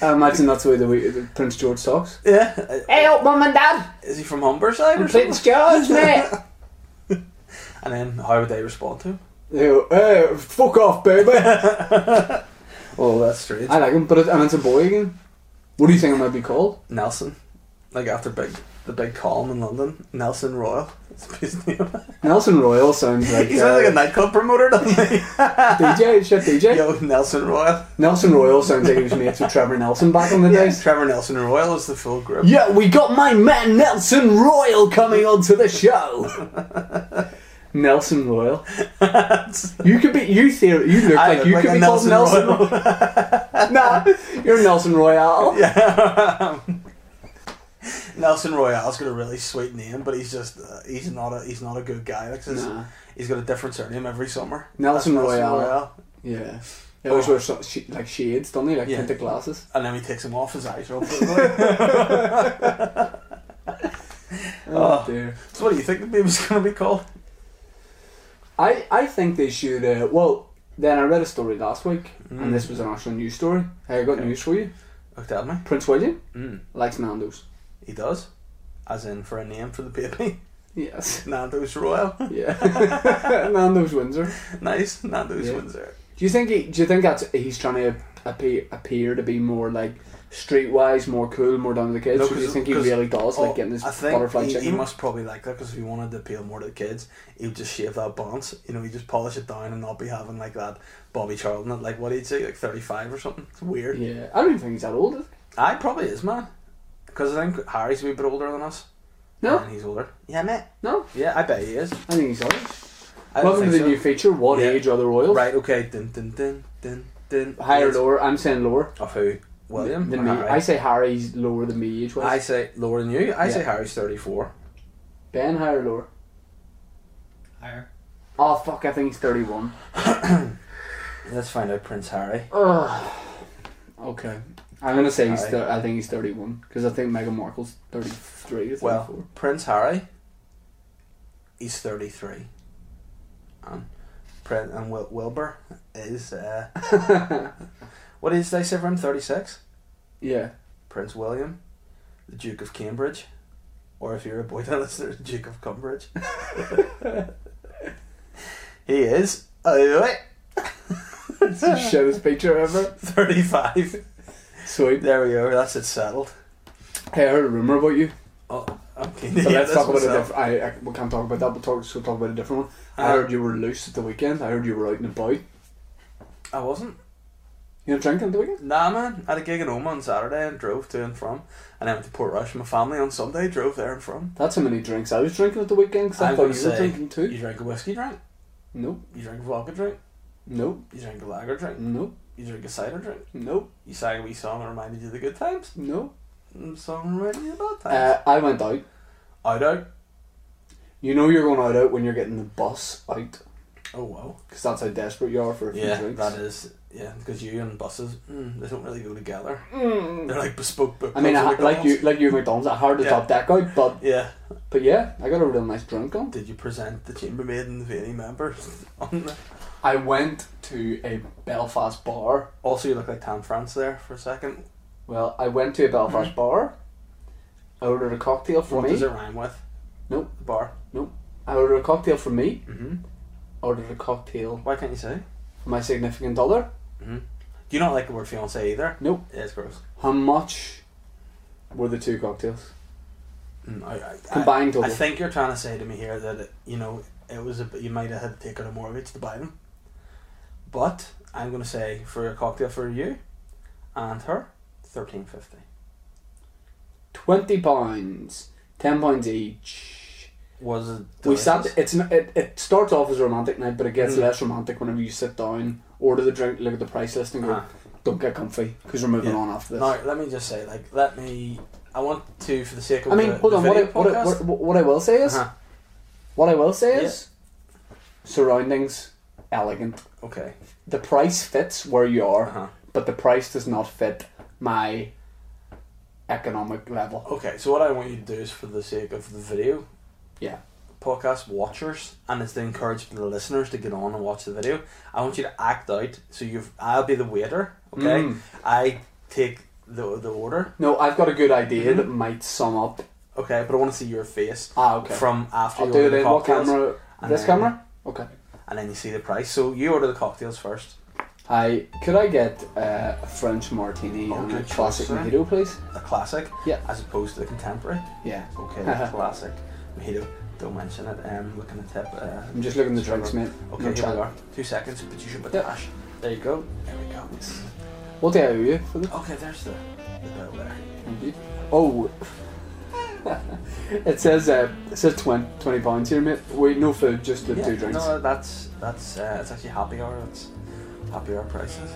E: I imagine that's the way the, way the Prince George talks.
D: Yeah, uh,
B: Hey up, mum and dad.
D: is he from Humberside or something?
B: Prince George,
E: (laughs)
B: mate.
D: And then how would they respond to him?
E: They go, "Eh, fuck off, baby.
D: (laughs) Oh, that's strange.
E: I like him, but it, and it's a boy again. What do you think I might be called?
D: Nelson, like after big the big column in London, Nelson Royal. That's his name.
E: Nelson Royal sounds like,
D: He sounds like a
E: uh,
D: nightclub promoter, doesn't
E: (laughs)
D: he?
E: DJ. Shit, DJ.
D: Yo, Nelson Royal.
E: Nelson Royal sounds like he was mates with Trevor Nelson back in the days.
D: (laughs) Trevor Nelson Royal is the full group.
E: Yeah, we got my man Nelson Royal coming onto the show. Nelson
D: (laughs)
E: Royal, you could be you. Theor- you look
D: I
E: like
D: look
E: you
D: like
E: could
D: a
E: be called
D: Nelson
E: Nelson.
D: Royal.
E: (laughs) nah, you're Nelson Royal.
D: yeah. Nelson Royale's got a really sweet name, but he's just uh, he's not a he's not a good guy. Like, 'cause
E: Nah.
D: he's got a different surname every summer.
E: Nelson
D: That's
E: Royale. Yeah, he always wears so, sh- like shades, don't he? Like
D: Oh. Yeah.
E: tinted glasses.
D: and then he takes him off his eyes. real
E: (laughs)
D: quickly.
E: Oh, dear.
D: so, what do you think the baby's gonna be called?
E: I I think they should. Uh, well, then I read a story last week,
D: Mm.
E: and this was an actual news story. Hey, I got news for you.
D: Look at me.
E: Prince William
D: Mm.
E: likes Nando's.
D: He does. as in for a name for the baby. (laughs)
E: Yes. (laughs)
D: Nando's Royal. (laughs)
E: Yeah. (laughs) Nando's Windsor.
D: nice. Nando's
E: Yeah.
D: Windsor.
E: Do you think he, do you think that's he's trying to appear, appear to be more like streetwise, more cool, more down to the kids?
D: No,
E: or do you
D: 'cause-
E: think he
D: 'cause-
E: really does
D: oh,
E: like getting his
D: I think
E: butterfly
D: he, He
E: chicken?
D: must probably like that because if he wanted to appeal more to the kids, he would just shave that bounce. You know, he just polish it down and not be having like that Bobby Charlton at like what he'd say like thirty five or something. It's weird.
E: Yeah, I don't even think he's that old. is he?
D: I probably is man, because I think Harry's a wee bit older than us.
E: No,
D: and he's older. Yeah, mate.
E: no,
D: Yeah, I bet he is.
E: I think he's old.
D: I don't
E: Welcome
D: think
E: to the
D: so.
E: new feature. What
D: Yeah.
E: age are the royals?
D: Right. Okay. Dun dun dun dun dun.
E: higher or
D: Yes.
E: lower? I'm saying lower
D: Of who? William.
E: than
D: or
E: me.
D: Harry?
E: I say Harry's lower than me age
D: I
E: wise.
D: say lower than you. I say
E: Yeah.
D: Harry's thirty four.
E: Ben higher or lower?
G: Higher.
E: Oh fuck! I think he's thirty-one.
D: (clears throat) Let's find out Prince Harry.
E: Ugh. Okay, I'm gonna say he's.
D: Harry.
E: Thir- I think he's thirty-one because I think Meghan Markle's thirty-three. Or 34.
D: Well, Prince Harry, he's 33. Um, Prin- and Wil- Wilbur is, uh, (laughs) what is they say for him? 36?
E: (laughs) yeah.
D: Prince William, the Duke of Cambridge, or if you're a boy (laughs) that listener, the Duke of Cumbridge. (laughs) he is, oh, wait,
E: It's
D: (laughs)
E: the shittiest picture ever.
D: 35.
E: Sweet.
D: There we go, that's it settled.
E: Hey, I heard a rumor about you.
D: Oh, okay. (laughs)
E: But
D: yeah,
E: let's
D: this
E: talk about
D: was
E: a
D: settled.
E: different. I, I we can't talk about that. We'll talk. So talk about a different one. I
D: Uh-huh.
E: heard you were loose at the weekend. I heard you were out and about.
D: I wasn't.
E: You know, drinking at the weekend.
D: Nah, man. I had a gig in Oma on Saturday and drove to and from, and then went to Portrush. My family on Sunday drove there and from.
E: That's how many drinks I was drinking at the weekend. Because I
D: I'm
E: thought you
D: gonna
E: were
D: say-
E: drinking too.
D: You drank a whiskey drink.
E: Nope.
D: You drank a vodka drink.
E: Nope.
D: You drank a lager drink.
E: Nope.
D: You drank a cider drink.
E: Nope.
D: You sang a wee song that reminded you of the good times.
E: Nope.
D: And the song reminded you of the bad times.
E: Uh, I went out. Uh,
D: I don't.
E: You know you're going out out when you're getting the bus out.
D: Oh wow.
E: Because that's how desperate you are for a few
D: Yeah,
E: drinks.
D: that is. Yeah, because you and buses, mm, they don't really go together. They're like bespoke book
E: Mm. I mean, I,
D: clubs at
E: like you,
D: McDonald's.
E: like you, at McDonald's. I hard to
D: Yeah.
E: top that guy, but
D: Yeah.
E: but yeah, I got a real nice drink on.
D: Did you present the chambermaid and the any members (laughs) on the
E: I went to a Belfast bar.
D: Also, you look like Tam France there for a second.
E: Well, I went to a Belfast bar. I ordered a cocktail
D: Mm-hmm.
E: for
D: What
E: me.
D: does it rhyme with?
E: Nope.
D: The bar.
E: I ordered a cocktail for me.
D: Mm-hmm.
E: Ordered a cocktail
D: Why can't you say?
E: for my significant other.
D: Do you not like the word fiance either?
E: Nope.
D: Yeah, it's gross.
E: How much were the two cocktails?
D: Mm, I, I,
E: Combined
D: I, I
E: total.
D: think you're trying to say to me here that it, you know it was a, you might have had to take out a mortgage to buy them. But I'm going to say for a cocktail for you and her, thirteen fifty.
E: Twenty pounds, ten pounds each.
D: Was it
E: We
D: delicious?
E: sat. It's n- it, it starts off as a romantic night, but it gets
D: Mm.
E: less romantic whenever you sit down, order the drink, look at the price list, and go,
D: Uh-huh.
E: "Don't get comfy," because we're moving
D: Yeah.
E: on after this.
D: Now let me just say, like, let me. I want to, for the sake of.
E: I mean,
D: the,
E: hold
D: the
E: on. What I,
D: video
E: what, I,
D: podcast-
E: what, what- what I will say is,
D: Uh-huh.
E: what I will say
D: Yeah.
E: is, surroundings elegant.
D: Okay.
E: The price fits where you are,
D: Uh-huh.
E: but the price does not fit my economic level.
D: Okay, so what I want you to do is, for the sake of the video,
E: Yeah.
D: podcast watchers, and it's to encourage the listeners to get on and watch the video. I want you to act out. So you've, I'll be the waiter. Okay,
E: Mm.
D: I take the the order.
E: No, I've got a good idea
D: Mm-hmm.
E: that might sum up.
D: Okay, but I want to see your face
E: Ah, okay.
D: from after
E: I'll
D: you
E: do
D: order
E: it
D: the
E: in what
D: cocktails,
E: camera?
D: and
E: This
D: then-
E: camera. Okay.
D: and then you see the price. So you order the cocktails first.
E: Hi, could I get uh, a French martini
D: Oh,
E: and a
D: good choice,
E: classic
D: sir.
E: mojito, please?
D: The classic,
E: Yeah. Uh-huh.
D: as opposed to the contemporary.
E: Yeah.
D: Okay,
E: (laughs)
D: the classic mojito. Don't mention it. Um, looking at tip. Uh,
E: I'm just looking at the drinks, mate.
D: Okay,
E: No
D: here
E: chat.
D: we are. Two seconds, but you should put
E: Yeah.
D: the hash. There you go. There we go.
E: What day are you for this?
D: Okay, there's the, the bell there.
E: Thank you. Oh. (laughs) it says uh, it says 20, 20 pounds here, mate. Wait, no food, just the
D: Yeah,
E: two drinks.
D: No, that's that's uh, it's actually happy hour. That's happy hour prices.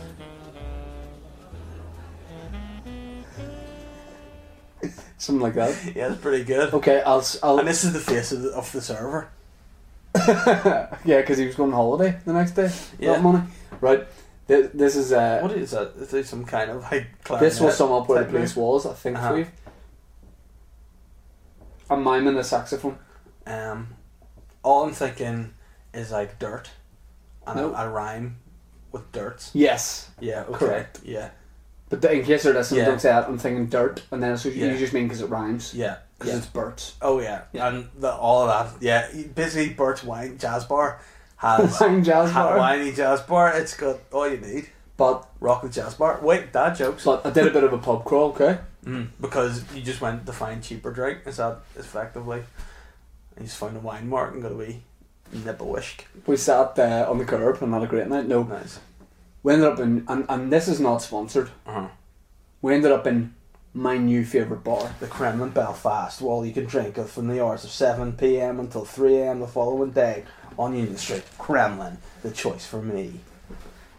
E: Something like that.
D: (laughs) Yeah, it's pretty good.
E: Okay, I'll. s- I'll
D: And this is the face of the, of the server.
E: (laughs) yeah, because he was going on holiday the next day.
D: Yeah.
E: That money. Right. This, this is. Uh,
D: What is that? Is there some kind of like
E: This will
D: clarinet
E: sum up where the
D: type
E: place
D: move?
E: was, I think,
D: Uh-huh.
E: for you. A mime and a saxophone.
D: Um, all I'm thinking is like dirt, and
E: Nope.
D: a, a rhyme with dirt.
E: Yes.
D: Yeah. Okay.
E: Correct.
D: Yeah.
E: But the, in case they're listening,
D: Yeah.
E: don't say that. I'm thinking dirt, and then it's, you
D: Yeah.
E: just mean because it rhymes.
D: Yeah.
E: because it's Bert's.
D: (laughs) Oh yeah, and the, all of that. Yeah, basically Bert's wine jazz bar (laughs) has
E: Wine jazz
D: ha-
E: bar.
D: Winey jazz bar. It's got all you need.
E: But
D: Rock the jazz bar. Wait, dad jokes. Mm,
E: but I did a bit of a pub crawl. Okay,
D: because you just went to find cheaper drink. Is that effectively? And you just found a wine mart and got a wee nipple whisk.
E: we sat uh, on the curb and had a great night. No,
D: Nice.
E: we ended up in and, and this is not sponsored.
D: Uh-huh.
E: We ended up in my new favorite bar.
D: The Kremlin Belfast, all you can drink of from the hours of 7 pm until 3 am the following day on Union Street. Kremlin, the choice for me.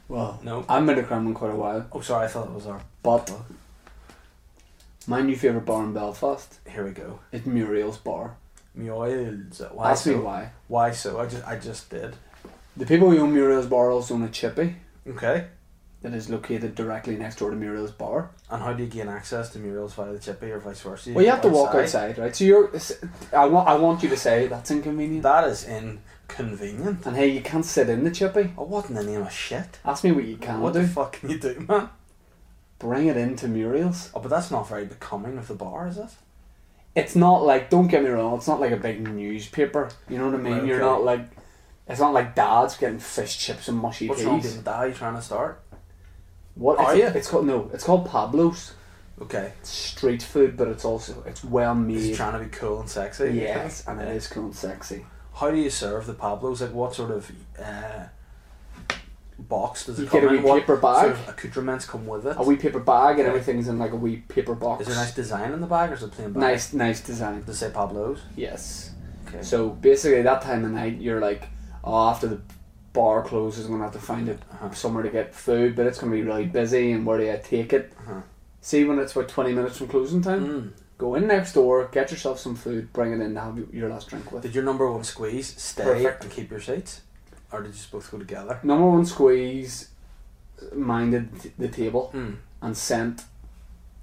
E: Well,
D: No.
E: I've been to Kremlin quite a while,
D: Oh, sorry, I thought it was our.
E: but my new favorite bar in Belfast
D: Here we go.
E: is Muriel's Bar.
D: Mules. Why
E: Ask me
D: so?
E: why.
D: Why so? I just, I just did.
E: The people who own Muriel's Bar also own a chippy
D: Okay.
E: that is located directly next door to Muriel's Bar.
D: And how do you gain access to Muriel's via the chippy or vice versa?
E: Well, you
D: go
E: have to walk outside, right? So you're. s- I want. I want you to say that's inconvenient.
D: That is inconvenient.
E: And hey, you can't sit in the chippy.
D: Oh, what in the name of shit?
E: Ask me what you can
D: What
E: do.
D: the fuck can you do, man?
E: Bring it into Muriel's.
D: Oh, but that's not very becoming of the bar, is it?
E: It's not like. Don't get me wrong. It's not like a big newspaper. You know what I mean?
D: Right,
E: You're
D: okay.
E: not like. It's not like dad's getting fish chips and mushy
D: What's wrong
E: peas.
D: with that? Are you trying to start?
E: What
D: Are
E: it's,
D: you?
E: It's called no. It's called Pablo's.
D: Okay.
E: It's street food, but it's also it's well
D: He's
E: made.
D: trying to be cool and sexy.
E: Yes, and it is cool and sexy.
D: How do you serve the Pablos? Like, what sort of uh, box does it
E: You
D: come
E: get a
D: in?
E: wee
D: What
E: paper bag.
D: sort of accoutrements come with it?
E: A wee paper bag
D: Yeah.
E: and everything's in like a wee paper box.
D: Is there a nice design in the bag, or is it plain black?
E: nice, nice design.
D: Does it say Pablos?
E: Yes.
D: Okay.
E: So basically, that time of night, you're like, oh, after the bar closes, I'm gonna have to find it
D: Uh-huh.
E: somewhere to get food, but it's gonna be really busy. And where do I take it?
D: Uh-huh.
E: See, when it's about twenty minutes from closing time,
D: Mm.
E: go in next door, get yourself some food, bring it in to have your last drink with.
D: Did your number one squeeze stay
E: Perfect.
D: and keep your seats, or did you just both go together?
E: Number one squeeze minded t- the table
D: Mm.
E: and sent.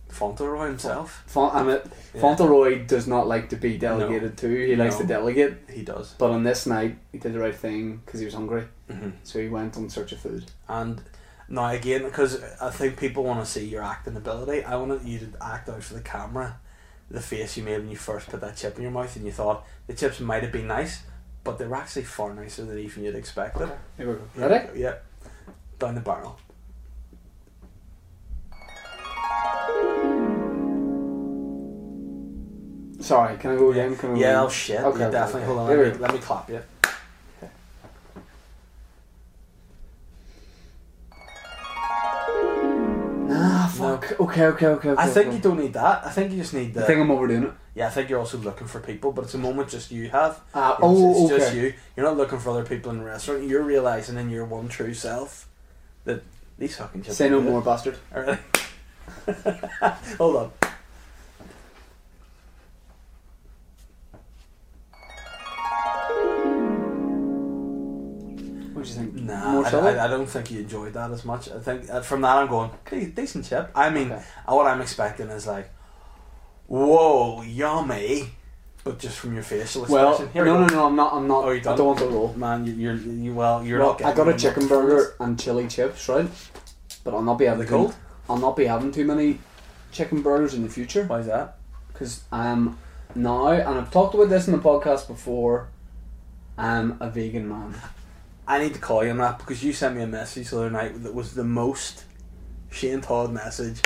D: Fauntleroy himself,
E: Fon- and it, Fauntleroy does not like to be delegated to. He likes
D: No.
E: to delegate.
D: he does,
E: But on this night, he did the right thing because he was hungry.
D: Mhm.
E: So he went on search of food.
D: and now again because I think people want to see your acting ability. I want you to act out for the camera, the face you made when you first put that chip in your mouth, and you thought the chips might have been nice, but they were actually far nicer than even you'd expected.
E: Here we
D: Here
E: go.
D: we
E: Ready?
D: go, Yeah, down the barrel.
E: Sorry, can I go again? Can I go
D: yeah,
E: again?
D: oh shit.
E: Okay,
D: yeah,
E: okay,
D: definitely.
E: okay.
D: Hold on.
E: Here we
D: Let me,
E: go.
D: let me clap you.
E: Nah, fuck. Okay, okay, okay. okay
D: I think
E: okay.
D: you don't need that. I think you just need
E: I
D: the.
E: think I'm overdoing it.
D: yeah, I think you're also looking for people, but it's a moment just you have.
E: Uh,
D: It's,
E: oh,
D: it's
E: okay.
D: just you. You're not looking for other people in the restaurant. You're realizing in your one true self that these fucking chips.
E: Say
D: are
E: no
D: good.
E: more, bastard.
D: Alright. (laughs) Hold on.
E: What do you think?
D: Nah,
E: more
D: I,
E: salad?
D: I, I don't think you enjoyed that as much. I think uh, from that I'm going, okay, decent chip. I mean,
E: Okay.
D: uh, what I'm expecting is like, whoa, yummy, but just from your facial
E: well,
D: expression.
E: no,
D: we
E: no,
D: go.
E: no. I'm not. I'm not.
D: Oh, you
E: I
D: done?
E: don't want to roll.
D: Man, you, you're you, well, you're
E: Well,
D: not.
E: I
D: Getting
E: got a
D: them
E: chicken
D: enough
E: burger and chili chips, right? But I'll not be having
D: They're
E: too-
D: cold?
E: I'll not be having too many chicken burgers in the future
D: Why is that?
E: because I'm now, and I've talked about this in the podcast before. I'm a vegan man.
D: I need to call you on that because you sent me a message the other night that was the most Shane Todd message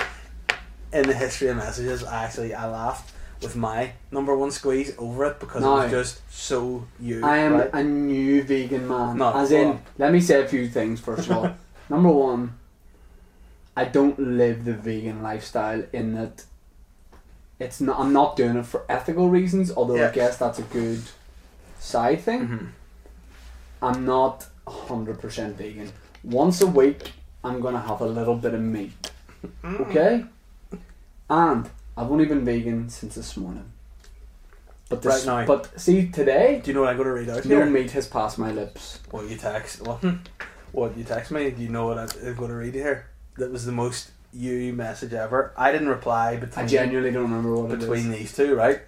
D: in the history of messages. I actually I laughed with my number one squeeze over it because it was
E: No.
D: just so you.
E: I am
D: right?
E: a new vegan man.
D: No,
E: As
D: hold
E: in,
D: on.
E: let me say a few things first
D: (laughs)
E: of all. Number one, I don't live the vegan lifestyle in that it's not. I'm not doing it for ethical reasons, although
D: Yeah.
E: I guess that's a good side thing.
D: Mm-hmm.
E: I'm not 100% vegan. Once a week, I'm gonna have a little bit of meat.
D: Mm.
E: Okay, and I've only been vegan since this morning. But
D: Right
E: this,
D: now.
E: but see today,
D: Do you know what I'm going to read out
E: no
D: here?
E: meat has passed my lips.
D: What you text? (laughs) What, what you text me? Do you know what I- I'm going to read here? That was the most you message ever. I didn't reply
E: I
D: between
E: genuinely don't remember what
D: between
E: it is.
D: these two, right?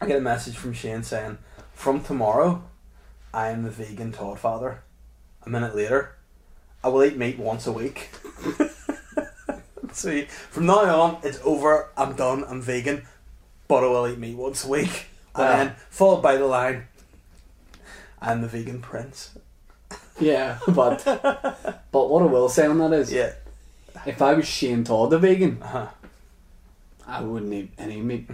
D: I get a message from Shane saying, "From tomorrow, I am the vegan Todd father." A minute later, I will eat meat once a week. (laughs) See, from now on, it's over. I'm done. I'm vegan. but I will eat meat once a week. And
E: Wow.
D: then followed by the line, I'm the vegan
E: (laughs)
D: prince.
E: Yeah, (laughs) but but what I will say on that is,
D: Yeah.
E: if I was Shane Todd the vegan,
D: Uh-huh.
E: I wouldn't eat any meat.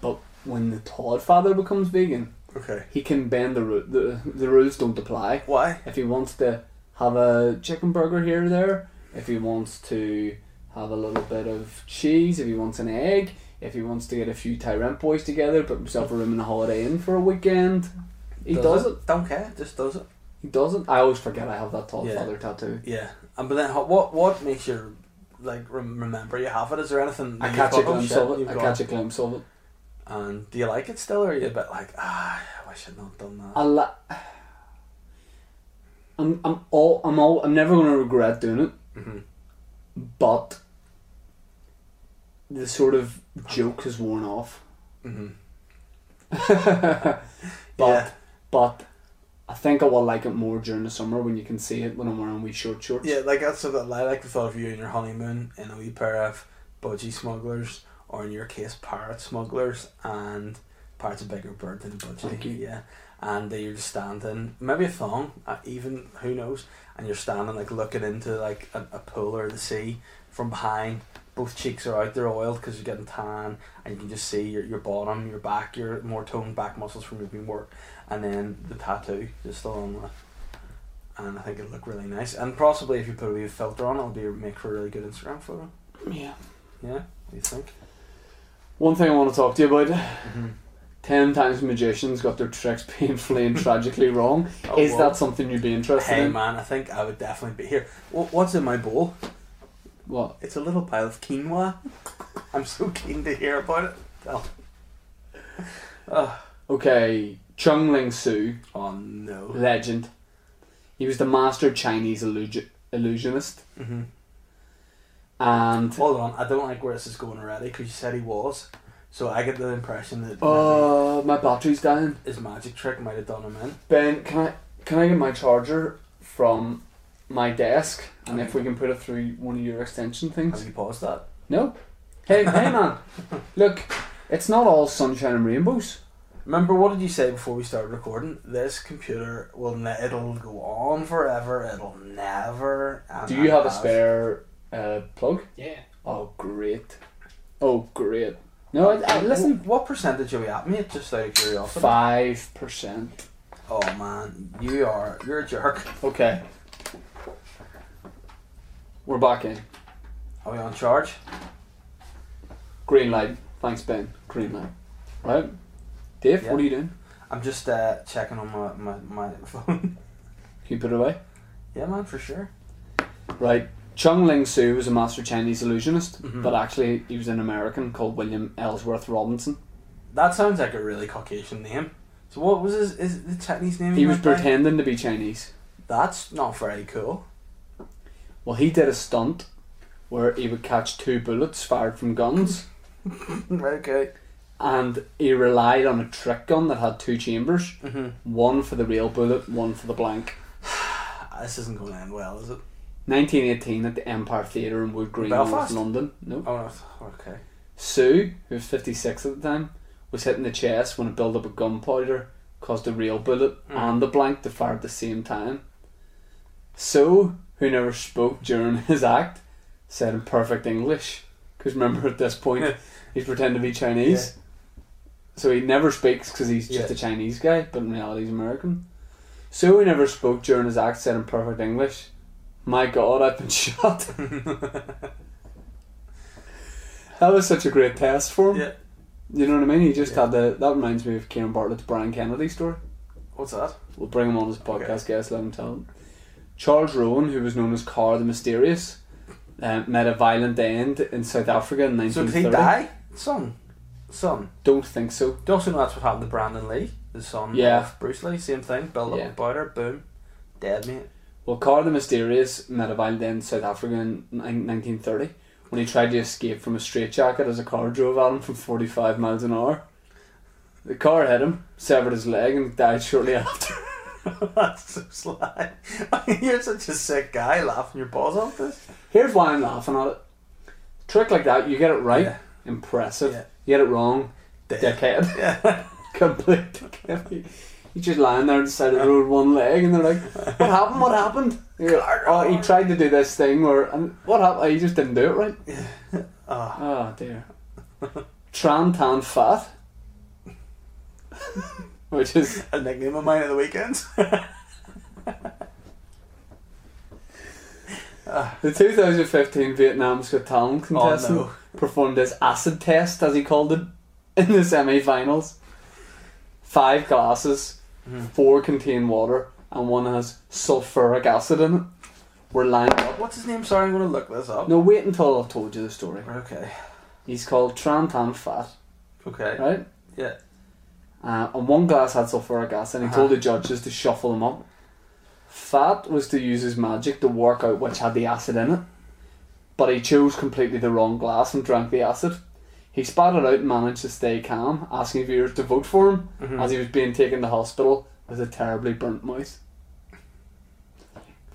E: But when the Todd father becomes vegan,
D: Okay.
E: he can bend the ru- the the rules don't apply.
D: Why?
E: If he wants to have a chicken burger here or there, if he wants to have a little bit of cheese, if he wants an egg, if he wants to get a few Tyrant boys together, put himself a room in a holiday inn for a weekend, he does, it.
D: Don't care. Just does it.
E: He doesn't. I always forget I have that Todd
D: Yeah.
E: father tattoo.
D: Yeah. And but then ho- what? What makes you like rem- remember you have it? Is there anything? that
E: I
D: you've
E: catch a
D: got- oh,
E: glimpse
D: shit,
E: of it.
D: you've
E: I
D: got
E: catch a glimpse of it.
D: And do you like it still, or are you a bit like, ah, I wish I'd not done that?
E: I li- I'm I'm all I'm all I'm never gonna regret doing it.
D: Mm-hmm.
E: But the sort of joke has worn off. (laughs) but
D: Mm-hmm. Yeah.
E: but I think I will like it more during the summer when you can see it when I'm wearing wee short shorts.
D: Yeah, like that's what I like the thought of you and your honeymoon in a wee pair of budgie smugglers, or in your case, parrot smugglers, and parrot's a bigger bird than a budgie.
E: Thank you.
D: Yeah, and uh, you're standing, maybe a thong, uh, even who knows, and you're standing like looking into like a, a pool or the sea from behind. Both cheeks are out, they're oiled because you're getting tan, and you can just see your, your bottom, your back, your more toned back muscles from your being work, and then the tattoo just along the and I think it'll look really nice. And possibly if you put a wee filter on, it'll be make for a really good Instagram photo.
E: Yeah.
D: Yeah, what do you think?
E: One thing I want to talk to you about.
D: Mm-hmm.
E: Ten times magicians got their tricks (laughs) painfully and tragically wrong.
D: Oh,
E: Is
D: well.
E: that something you'd be interested
D: Hey
E: in?
D: man, I think I would definitely be here. Wh- What's in my bowl?
E: What?
D: It's a little pile of quinoa. I'm so keen to hear about it. Oh,
E: Okay, Chung Ling Su,
D: oh no.
E: legend. He was the master Chinese illusion- illusionist.
D: Mhm.
E: And
D: Hold on, I don't like where this is going already because you said he was. So I get the impression that
E: oh, my battery's down.
D: his magic trick might have done him in.
E: Ben, can I can I get my charger from my desk? And if we can put it through one of your extension things.
D: Have you paused that?
E: No. Hey, hey,
D: (laughs)
E: man. Look, it's not all sunshine and rainbows.
D: Remember what did you say before we started recording? This computer will ne- it'll go on forever. It'll never. and
E: Do you
D: I
E: have a spare uh, plug?
G: Yeah.
E: Oh, great. Oh, great. No, I, I, listen.
D: Wh- What percentage are we at, mate? Just out of curiosity.
E: Five percent.
D: Oh man, you are you're a jerk.
E: Okay. We're back in.
D: Are we on charge?
E: Green light. Thanks, Ben. Green light. Right? Dave,
D: Yeah.
E: what are you doing?
D: I'm just uh, checking on my, my, my (laughs) phone.
E: Can you put it away?
D: yeah, man, for sure.
E: Right. Chung Ling Su was a master Chinese illusionist,
D: Mm-hmm.
E: but actually he was an American called William Ellsworth Robinson.
D: That sounds like a really Caucasian name. So what was his is the Chinese name?
E: He was
D: went by?
E: pretending to be Chinese.
D: That's not very
E: (laughs)
D: cool.
E: Well, he did a stunt where he would catch two bullets fired from guns,
D: okay.
E: and he relied on a trick gun that had two chambers, one for the real bullet, one for the blank.
D: Ah, This isn't going to end well, is it?
E: 1918 at the Empire Theatre in Wood Green,
D: Belfast?
E: North London. No.
D: Oh no. Okay.
E: Sue, who was 56 at the time, was hit in the chest when a build-up of gunpowder caused the real bullet and the blank to fire at the same time. Sue, who never spoke during (laughs) his act, said in perfect English, because remember at this point he's pretending to be Chinese, so he never speaks because he's just
D: Yeah.
E: a Chinese guy, but in reality he's American. Sue, who never spoke during his act, said in perfect English, "My God, I've been (laughs) shot." That was such a great test for him.
D: Yeah.
E: You know what I mean? He just had the. That reminds me of Kieran Bartlett's Brian Kennedy story.
D: (laughs) What's that?
E: We'll bring him on as podcast guest, let him tell him. Charles Rowan, who was known as Carr the Mysterious, um, met a violent end in South Africa in
D: So did
E: 1930.
D: he die? Son. Son.
E: Don't think so.
D: Do you also know that's what happened to Brandon Lee, the son
E: Yeah.
D: of Bruce Lee? Same thing. Build up
E: Yeah.
D: a powder, boom, dead mate. (laughs)
E: Well, Carr the Mysterious met a violent end in South Africa in nin- 1930 when he tried to escape from a straitjacket as a car drove at him from 45 miles an hour. The car hit him, severed his leg, and died shortly after.
D: That's so sly. (laughs) You're such a sick guy laughing your balls off this.
E: Here's why I'm laughing at it. Trick like that, you get it right.
D: Yeah.
E: Impressive.
D: Yeah.
E: You get it wrong,
D: Dick.
E: dickhead. (laughs)
D: Yeah. (laughs)
E: Complete dickhead. He's just lying there on the side of the road, one leg, and they're like, "What happened? What happened?" And you're like, oh, he tried to do this thing, or and what happened? Oh, He just didn't do it right.
D: (laughs) Ah.
E: Oh dear. Tran
D: (laughs)
E: tan fat, which is
D: a nickname of mine at the weekends. (laughs)
E: the 2015 Vietnam's Got Talent contestant
D: no.
E: performed his acid test, as he called it, in the semi-finals. Five glasses, four contain water, and one has sulfuric acid in it. Were lined up.
D: What's his name? Sorry, I'm going to look this up.
E: No, wait until I've told you the story.
D: Okay.
E: He's called Tran Tan Fat,
D: Okay.
E: right?
D: Yeah.
E: Uh, and one glass had sulfuric acid, and he told the judges to shuffle them up. Fat was to use his magic to work out which had the acid in it, but he chose completely the wrong glass and drank the acid. He spat it out and managed to stay calm, asking viewers to vote for him as he was being taken to hospital with a terribly burnt mouth.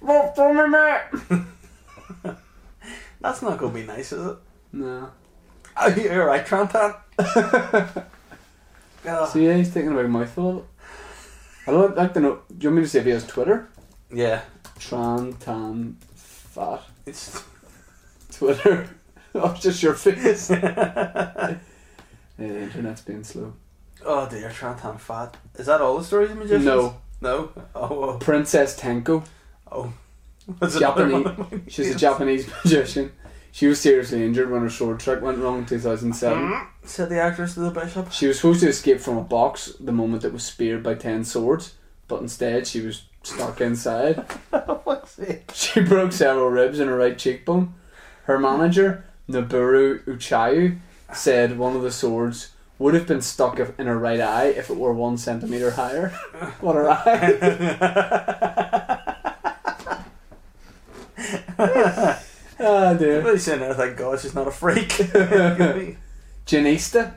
E: Vote for me, mate!
D: That's not going to be nice, is it? (laughs)
E: No.
D: Are you alright,
E: (laughs)
D: Trantan? Ah.
E: So yeah, he's taking a big mouthful of it. I don't like to know. Do you want me to say if he has Twitter?
D: Yeah.
E: Tran Tan Fat.
D: It's. (laughs)
E: Twitter. (laughs) oh, just
D: (laughs)
E: your face. yeah, the internet's being slow.
D: Oh dear, Trantan fat. Is that all the stories of magicians?
E: No.
D: No? Oh,
E: Princess Tenko,
D: oh. oh. (laughs) That's another
E: Japanese.
D: one of my
E: She's a
D: names.
E: Japanese (laughs) magician. She was seriously injured when her sword trick went wrong in
D: Mm-hmm.
E: 2007.
D: Said the actress to the
E: (laughs)
D: bishop.
E: She was supposed to escape from a box the moment it was speared by 10 swords, but instead she was stuck inside.
D: What's it?
E: She (laughs) broke several ribs in her right cheekbone. Her manager, Noboru Uchiu, said one of the swords would have been stuck if- in her right eye if it were one centimetre higher. (laughs) what her eye? (laughs) Ah, dear.
D: Everybody's sitting there, thank God she's not a
E: (laughs)
D: freak. (laughs) Could
E: Janista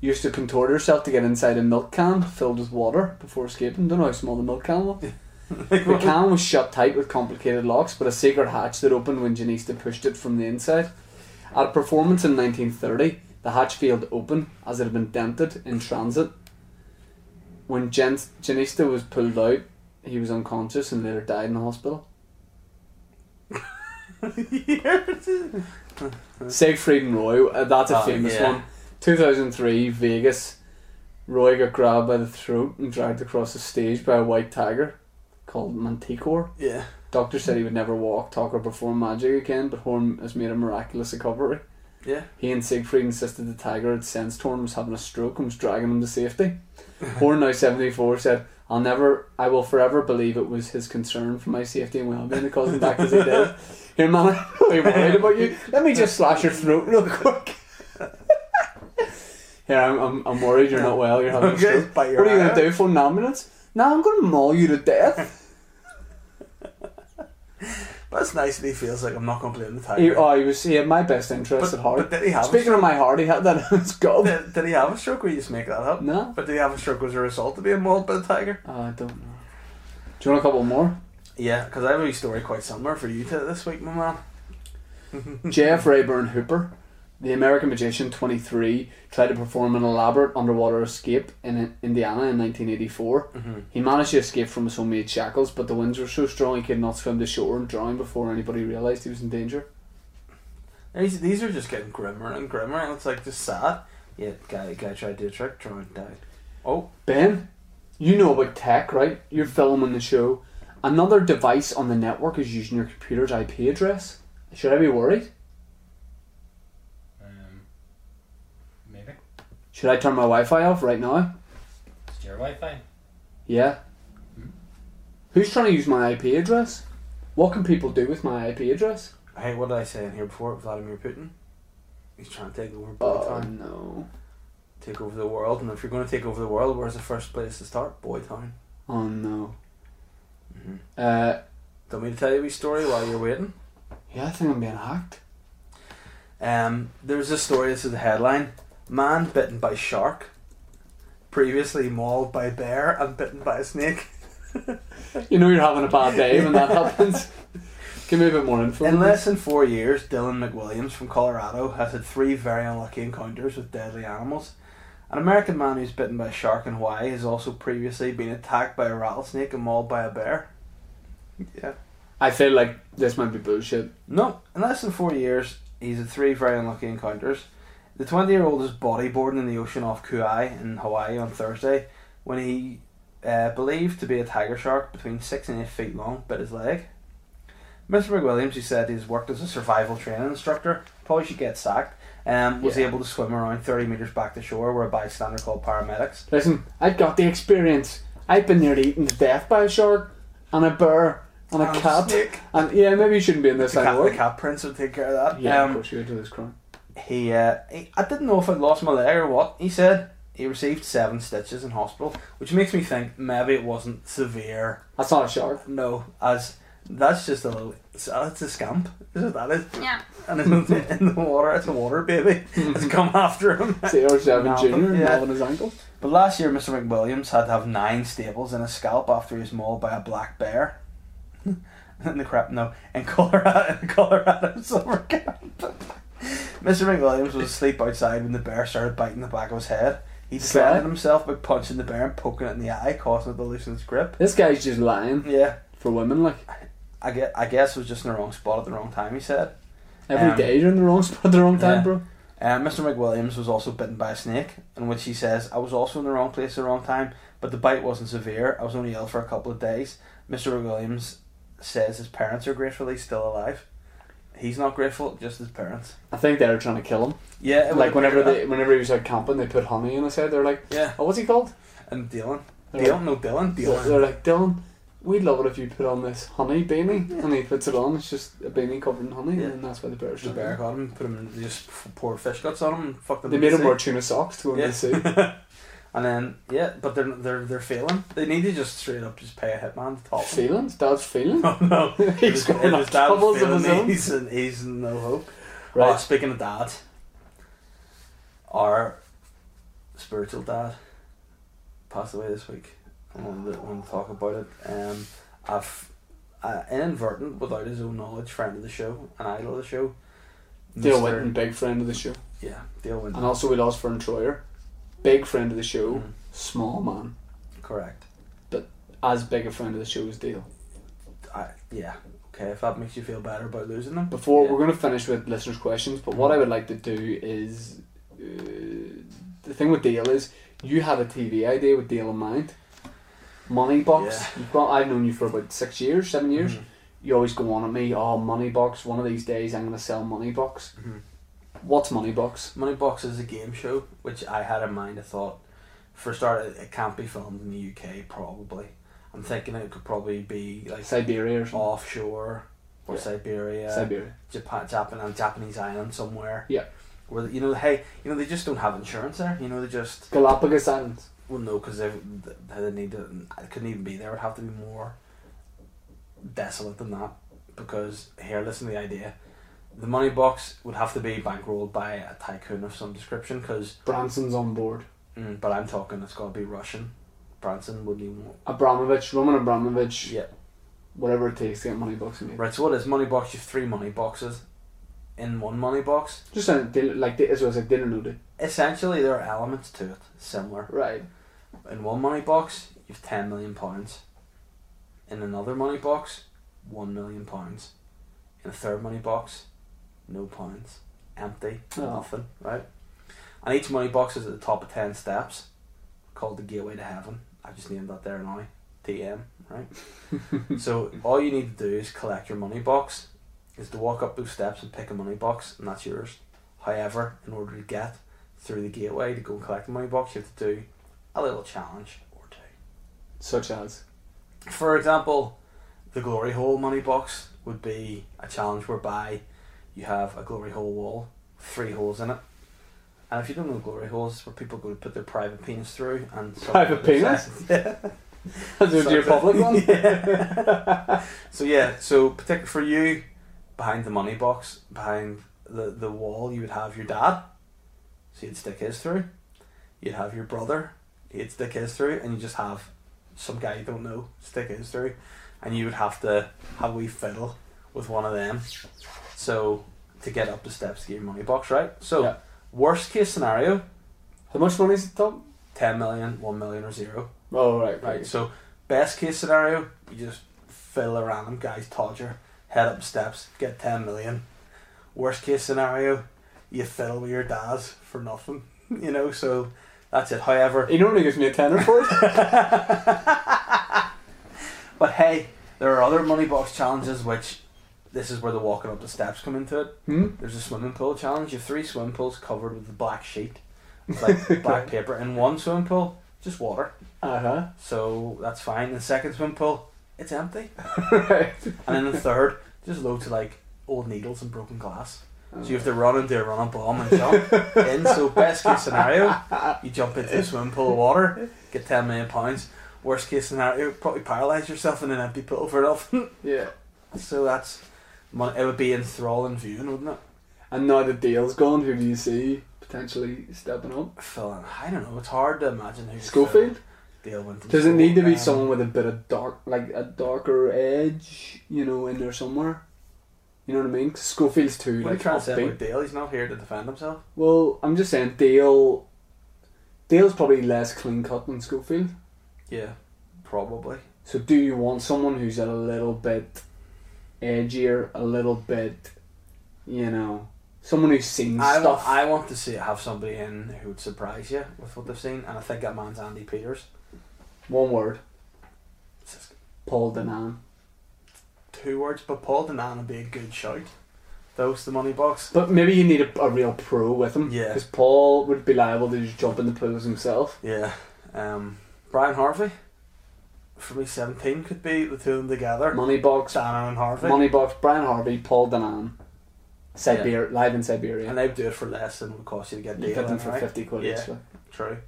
E: used to contort herself to get inside a milk can filled with water before escaping. Don't know how small the milk can was.
D: be.
E: The can was shut tight with complicated locks, but a secret hatch that opened when Janista pushed it from the inside. At a performance in 1930, the hatch failed open as it had been dented in transit. When Jan- Janista was pulled out, he was unconscious and later died in the hospital. Siegfried and Roy, uh, that's a
D: Hmm. Oh,
E: famous
D: yeah.
E: one. 2003, Vegas. Roy got grabbed by the throat and dragged across the stage by a white tiger called Manticore.
D: (laughs) yeah.
E: Doctor said he would never walk, talk, or perform magic again, but Horn has made a miraculous recovery.
D: Yeah.
E: He and Siegfried insisted the tiger had sensed Horn was having a stroke and was dragging him
D: (laughs)
E: to safety. Horn, now 74, said, I'll never, I will forever believe it was his concern for my safety and well being that caused him back as
D: (laughs)
E: he did. Here, man, I'm really worried about you. Let me just slash your throat real
D: (laughs)
E: quick. Here, I'm, I'm, I'm worried you're not well, you're having
D: Okay,
E: a stroke. What
D: bite
E: are you
D: your
E: going
D: eye
E: to do, phone an ambulance? Now I'm going to maul you to death.
D: But it's nice that he feels like I'm not going to blame the tiger.
E: He, oh, he was he had my best interest
D: But-
E: at heart.
D: but did he have a
E: Speaking of my heart, he had that in his gob.
D: did, did he have a stroke or you just make that up?
E: No.
D: But did he have a stroke as a result of being mauled by the tiger?
E: Oh, I don't know. Do you want a couple more?
D: Yeah, because I have a story quite similar for you to this week, my man. Hmm.
E: Jeff Rayburn Hooper, the American magician, 23, tried to perform an elaborate underwater escape in in- Indiana in 1984.
D: Mm-hmm.
E: He managed to escape from his homemade shackles, but the winds were so strong he could not swim to shore and drowned before anybody realised he was in danger.
D: These, these are just getting grimmer and grimmer, and it's like just sad. Yeah, guy, guy tried to do a trick, drowned, died. Oh,
E: Ben, you know about tech, right? You're filming the show. Another device on the network is using your computer's IP address. Should I be worried?
G: Um, maybe.
E: Should I turn my Wi-Fi off right now?
G: It's your Wi-Fi. Hmm?
E: Yeah. Who's trying to use my IP address? What can people do with my IP address?
D: hey, what did I say in here before? Vladimir Putin? He's trying to take over big
E: Oh
D: time.
E: no.
D: Take over the world, and if you're going to take over the world, where's the first place to start? Boy Town.
E: Oh no.
G: Mm-hmm.
E: Uh,
D: Don't mean to tell you a wee story while you're waiting.
E: yeah, I think I'm being hacked.
D: Um, there's a story. This is the headline: Man bitten by shark, previously mauled by bear and bitten by a snake. (laughs)
E: You know you're having a bad day when that happens. Give me a bit more info.
D: In less than four years, Dylan McWilliams from Colorado has had three very unlucky encounters with deadly animals. An American man who's bitten by a shark in Hawaii has also previously been attacked by a rattlesnake and mauled by a bear. Yeah.
E: I feel like this might be bullshit.
D: No, in less than four years, he's had three very unlucky encounters. The 20 year old is bodyboarding in the ocean off Kauai in Hawaii on Thursday when he uh, believed to be a tiger shark between 6 and 8 feet long bit his leg. Mr. McWilliams, who said he's worked as a survival training instructor, probably should get sacked, um, was
E: Yeah.
D: able to swim around 30 metres back to shore where a bystander called paramedics.
E: Listen, I've got the experience. I've been nearly eaten to death by a shark and a bear and a
D: And a
E: cat.
D: Oh, snake.
E: And yeah, maybe you shouldn't be in this
D: The
E: line
D: cat,
E: of
D: the
E: work.
D: cat prince would take care of that.
E: Yeah,
D: Um,
E: of course you would do this crime.
D: he, uh, he I didn't know if I'd lost my leg or what. He said he received seven stitches in hospital, which makes me think maybe it wasn't severe.
E: That's not a shark.
D: No, as that's just a little. That's a scamp. Is what that is?
A: Yeah.
D: And in the, in the water, it's a water baby.
E: (laughs)
D: It's come after him.
E: CR seven
D: Nothing,
E: junior
D: Uh, yeah.
E: nobbing his ankle.
D: But last year, Mr. McWilliams had to have nine staples in his scalp after he was mauled by a black bear. (laughs) in the crap, no, in Colorado, in Colorado (laughs) summer camp. Mr. McWilliams was asleep outside when the bear started biting the back of his head. He defended
E: Slap.
D: himself by punching the bear and poking it in the eye, causing it to loosen its grip.
E: This guy's just lying
D: Yeah,
E: for women. Like
D: I guess, I guess it was just in the wrong spot at the wrong time, he said.
E: every
D: Um,
E: day you're in the wrong spot at the wrong time,
D: yeah.
E: bro.
D: Uh, Mr. McWilliams was also bitten by a snake, in which he says, I was also in the wrong place at the wrong time, but the bite wasn't severe. I was only ill for a couple of days. Mr. McWilliams says his parents are gratefully still alive. He's not grateful, just his parents.
E: I think they were trying to kill him.
D: Yeah, it would
E: Like whenever
D: appear
E: they, whenever he was out camping, they put honey in his head. They're like,
D: that. Yeah,
E: oh, what's he called?
D: and Dylan.
E: They're
D: Dylan? No, Dylan.
E: They're, they're
D: Dylan.
E: like, Dylan, we'd love it if you put on this honey beanie. And he puts it on, it's just a beanie covered in honey,
D: Yeah.
E: and that's why the bears
D: The bear got him, put him in, they just f- poured fish guts on him, and fucked him
E: They
D: in the
E: made him
D: sea.
E: wear tuna socks to go
D: Yeah.
E: to the
D: (laughs)
E: sea.
D: And then, yeah, but they're, they're, they're failing. They need to just straight up just pay a hitman to top them.
E: Feelings? Dad's feeling?
D: (laughs) Oh, no.
E: (laughs) He's
D: It
E: going
D: was
E: on
D: dad
E: troubles
D: feeling
E: of his own.
D: He's, in- he's in no hope. Oh,
E: Right.
D: speaking of dad, our spiritual dad passed away this week. I want to, want to talk about it. Um, I've uh, inadvertent, without his own knowledge, friend of the show, an idol of the show.
E: Dale
D: Mr.
E: Winton, big friend of the show.
D: Yeah, Dale Winton.
E: And also we lost Fern Troyer. Big friend of the show.
D: Mm.
E: Small man.
D: Correct.
E: As big a friend of the show as Dale.
D: I, yeah. Okay, if that makes you feel better about losing them.
E: Before
D: Yeah.
E: we're going to finish with listeners' questions, but what I would like to do is uh, the thing with Dale is you had a TV idea with Dale in mind. Money box.
D: Yeah.
E: You've got. I've known you for about six years, seven years.
D: Mhm.
E: You always go on at me. Oh, money box. One of these days, I'm going to sell money box.
D: Mhm.
E: What's money box?
D: Money Box is a game show which I had in mind. I thought, for a start, it, it can't be filmed in the UK. Probably, I'm thinking it could probably be like
E: Siberia or
D: Oh,
E: something.
D: offshore or
E: Yeah.
D: Siberia,
E: Siberia.
D: Japan, Japan, and Japanese island somewhere.
E: Yeah.
D: Where you know, hey, you know, they just don't have insurance there. You know, they just
E: Galapagos Islands.
D: well, no, because they they need to. I couldn't even be there. It would have to be more desolate than that. Because here, listen to the idea. The money box would have to be bankrolled by a tycoon of some description. Because,
E: Branson's on board.
D: mm, but I'm talking, it's got to be Russian. Branson wouldn't even. want-
E: Abramovich, Roman Abramovich.
D: Yeah.
E: Whatever it takes to get money box made.
D: Right. So what is money box? You have three money boxes in one money box.
E: Just uh, Dale- like as well as like Dale noted.
D: Essentially, there are elements to it similar.
E: Right.
D: In one money box, you've ten million pounds. In another money box, one million pounds. In a third money box, no pounds, empty,
E: Oh.
D: nothing. Right. And each money box is at the top of ten steps, called the gateway to heaven. I just named that there now. TM. Right. so all you need to do is collect your money box. Is to walk up those steps and pick a money box, and that's yours. However, in order to get through the gateway to go and collect the money box, you have to do a little challenge or two.
E: Such as. (laughs)
D: For example, the glory hole money box would be a challenge whereby you have a glory hole wall, three holes in it. And if you don't know glory holes, it's where people go to put their private penis through and suck
E: Private
D: their
E: penis?
D: sex- (laughs) yeah.
E: That's a
D: Suck
E: dear
D: it.
E: public one.
D: (laughs) Yeah. so yeah, so particular for you, behind the money box, behind the the wall, you would have your dad. So you'd stick his through. You'd have your brother. You'd stick his through, and you just have some guy you don't know stick his through, and you would have to have a wee fiddle with one of them. So to get up the steps to get your money box, right? So
E: Yeah.
D: worst case scenario,
E: (laughs) How much money is it, Tom?
D: 10 million, 1 million or zero.
E: Oh, right,
D: Right.
E: right.
D: So best case scenario, you just fill a random guy's todger, head up steps, get ten million. Worst case scenario, you fiddle with your dad's for nothing. (laughs) You know, so that's it. However,
E: He normally gives me a tenner for (laughs) it.
D: but hey, there are other money box challenges which this is where the walking up the steps come into it.
E: hmm?
D: There's a swimming pool challenge. You have three swimming pools covered with black sheet, with, like black paper, and one swimming pool just water.
E: Uh huh.
D: So that's fine. The second swimming pool, it's empty.
E: right.
D: And then the third, just loads of like old needles and broken glass. So you have to
E: Oh.
D: run into a running bomb and jump in. So best case scenario, you jump into a swimming pool of water, get ten million pounds. Worst case scenario, probably paralyse yourself in an empty pool for nothing.
E: Yeah.
D: (laughs) so that's mon- it would be enthralling viewing, wouldn't it?
E: And now that Dale's gone, who do you see potentially stepping up?
D: Phil, I don't know. It's hard to imagine who
E: Schofield?
D: Dale Winton.
E: Does it need to be
D: Um,
E: someone with a bit of dark, like a darker edge, you know, in there somewhere? You know what I mean? 'Cause Schofield's
D: What
E: too
D: are you
E: like
D: trying to say
E: upbeat.
D: about Dale? He's not here to defend himself.
E: Well, I'm just saying Dale. Dale's probably less clean cut than Schofield.
D: Yeah, probably.
E: So do you want someone who's a little bit edgier, a little bit, you know, someone who's seen
D: I
E: stuff?
D: want, I want to see have somebody in who would surprise you with what they've seen, and I think that man's Andy Peters.
E: One word,
D: It's just
E: Paul Denan.
D: two words, but Paul Denan would be a good shout. Those the money box.
E: But maybe you need a, a real pro with him.
D: Yeah.
E: Because Paul would be liable to just jump in the pools himself.
D: Yeah. Um, Brian Harvey. For me, seventeen could be the two of them together.
E: Money box,
D: Denan and Harvey,
E: money box, Brian Harvey, Paul Denan, Siberia, live in
D: and
E: Siberia.
D: they would do it for less than it would cost you to get
E: You
D: Dale
E: get them
D: in,
E: for
D: right?
E: fifty quid
D: Yeah.
E: each. like.
D: True.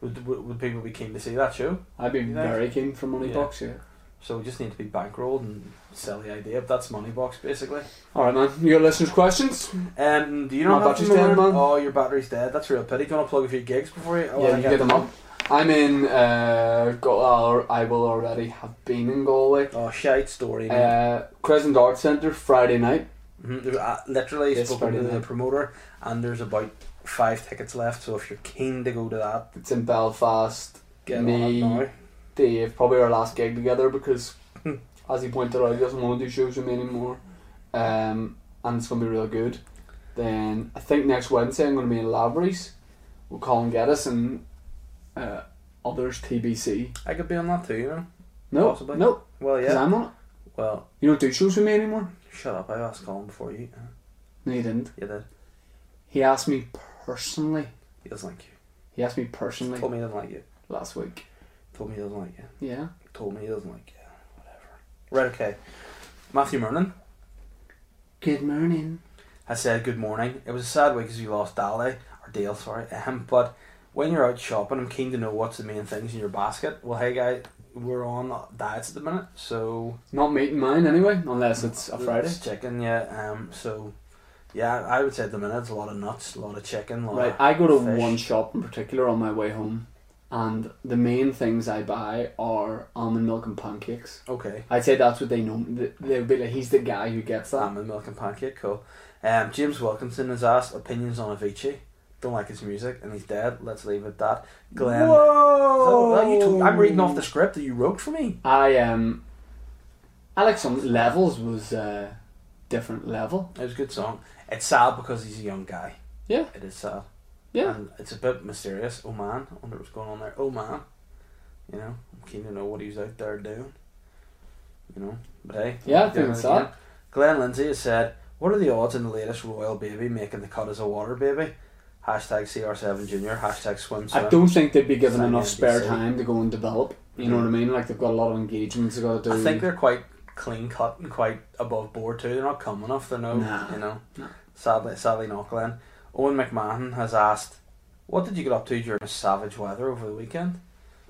D: Would, would, would people be keen to see that show?
E: I'd be
D: You think?
E: very keen for money
D: Yeah.
E: box. Yeah.
D: So we just need to be bankrolled and sell the idea. But that's money box basically.
E: All right, man. You got listeners' questions?
D: Um, do you
E: My
D: not have
E: battery's
D: them
E: dead,
D: on?
E: man.
D: Oh, your battery's dead. That's a real pity. Do you want to plug a few gigs before you? Oh,
E: yeah,
D: I
E: you
D: got
E: get them up. I'm in. Uh, Gal- or I will already have been in Galway.
D: Oh, shite story. man.
E: Uh, Crescent Arts Centre Friday night.
D: Mhm. There- I literally
E: Yes,
D: spoken to
E: Friday
D: the
E: night.
D: promoter, and there's about five tickets left. So if you're keen to go to that,
E: It's in Belfast.
D: get
E: Me.
D: on it now. Hmm.
E: Dave, probably our last gig together because, as he pointed out, he doesn't want to do shows with me anymore. Um, and it's going to be real good. Then I think next Wednesday I'm going to be in Lavery's with Colin Geddes and uh, others TBC.
D: I could be on that too, you know.
E: No,
D: Possibly.
E: no,
D: Well,
E: because
D: yeah.
E: I'm not.
D: Well,
E: You don't do shows with me anymore.
D: shut up. I asked Colin before you.
E: No, you didn't.
D: You did.
E: He asked me personally.
D: He doesn't like you.
E: He asked me personally
D: Told me he doesn't like you.
E: last week.
D: Told me he doesn't like you.
E: Yeah.
D: Told me he doesn't like you. Whatever. Right. Okay. Matthew Mernon.
E: Good morning.
D: I said good morning. It was a sad week as we lost Dale, or Dale, sorry. Um, but when you're out shopping, I'm keen to know what's the main things in your basket. Well, hey, guys, we're on diets at the minute, so
E: Not meeting mine anyway, unless it's a Friday.
D: It's chicken, yeah. Um, so yeah, I would say at the minute it's a lot of nuts, a lot of chicken, a lot
E: Right,
D: of
E: I go to
D: fish.
E: one shop in particular on my way home, and the main things I buy are almond milk and pancakes.
D: Okay,
E: I'd say that's what they know. th- They'd be like, he's the guy who gets that.
D: salmon milk and pancake, cool. Um, James Wilkinson has asked opinions on Avicii. Don't like his music, and he's dead. Let's leave it at that. Glenn,
E: Whoa!
D: So, well, you took- I'm reading off the script that you wrote for me.
E: I um, I like some levels was uh, different level.
D: It was a good song. It's sad because he's a young guy.
E: Yeah.
D: It is sad.
E: Yeah.
D: And it's a bit mysterious. Oh man, I wonder what's going on there. Oh man. You know, I'm keen to know what he's out there doing. You know, but hey.
E: Yeah, I
D: we're doing
E: think
D: it
E: so.
D: again. Glenn Lindsay has said, What are the odds in the latest Royal Baby making the cut as a water baby? Hashtag CR7 Junior, hashtag swim swim.
E: I don't think they'd be given
D: Sign
E: enough
D: in,
E: spare
D: DC.
E: time to go and develop. You know what I mean? Like they've got a lot of engagements they've got to do.
D: I think they're quite clean cut and quite above board too. They're not coming off. They're no,
E: Nah.
D: you know, sadly, sadly not. Glenn Owen McMahon has asked, "What did you get up to during savage weather over the weekend?"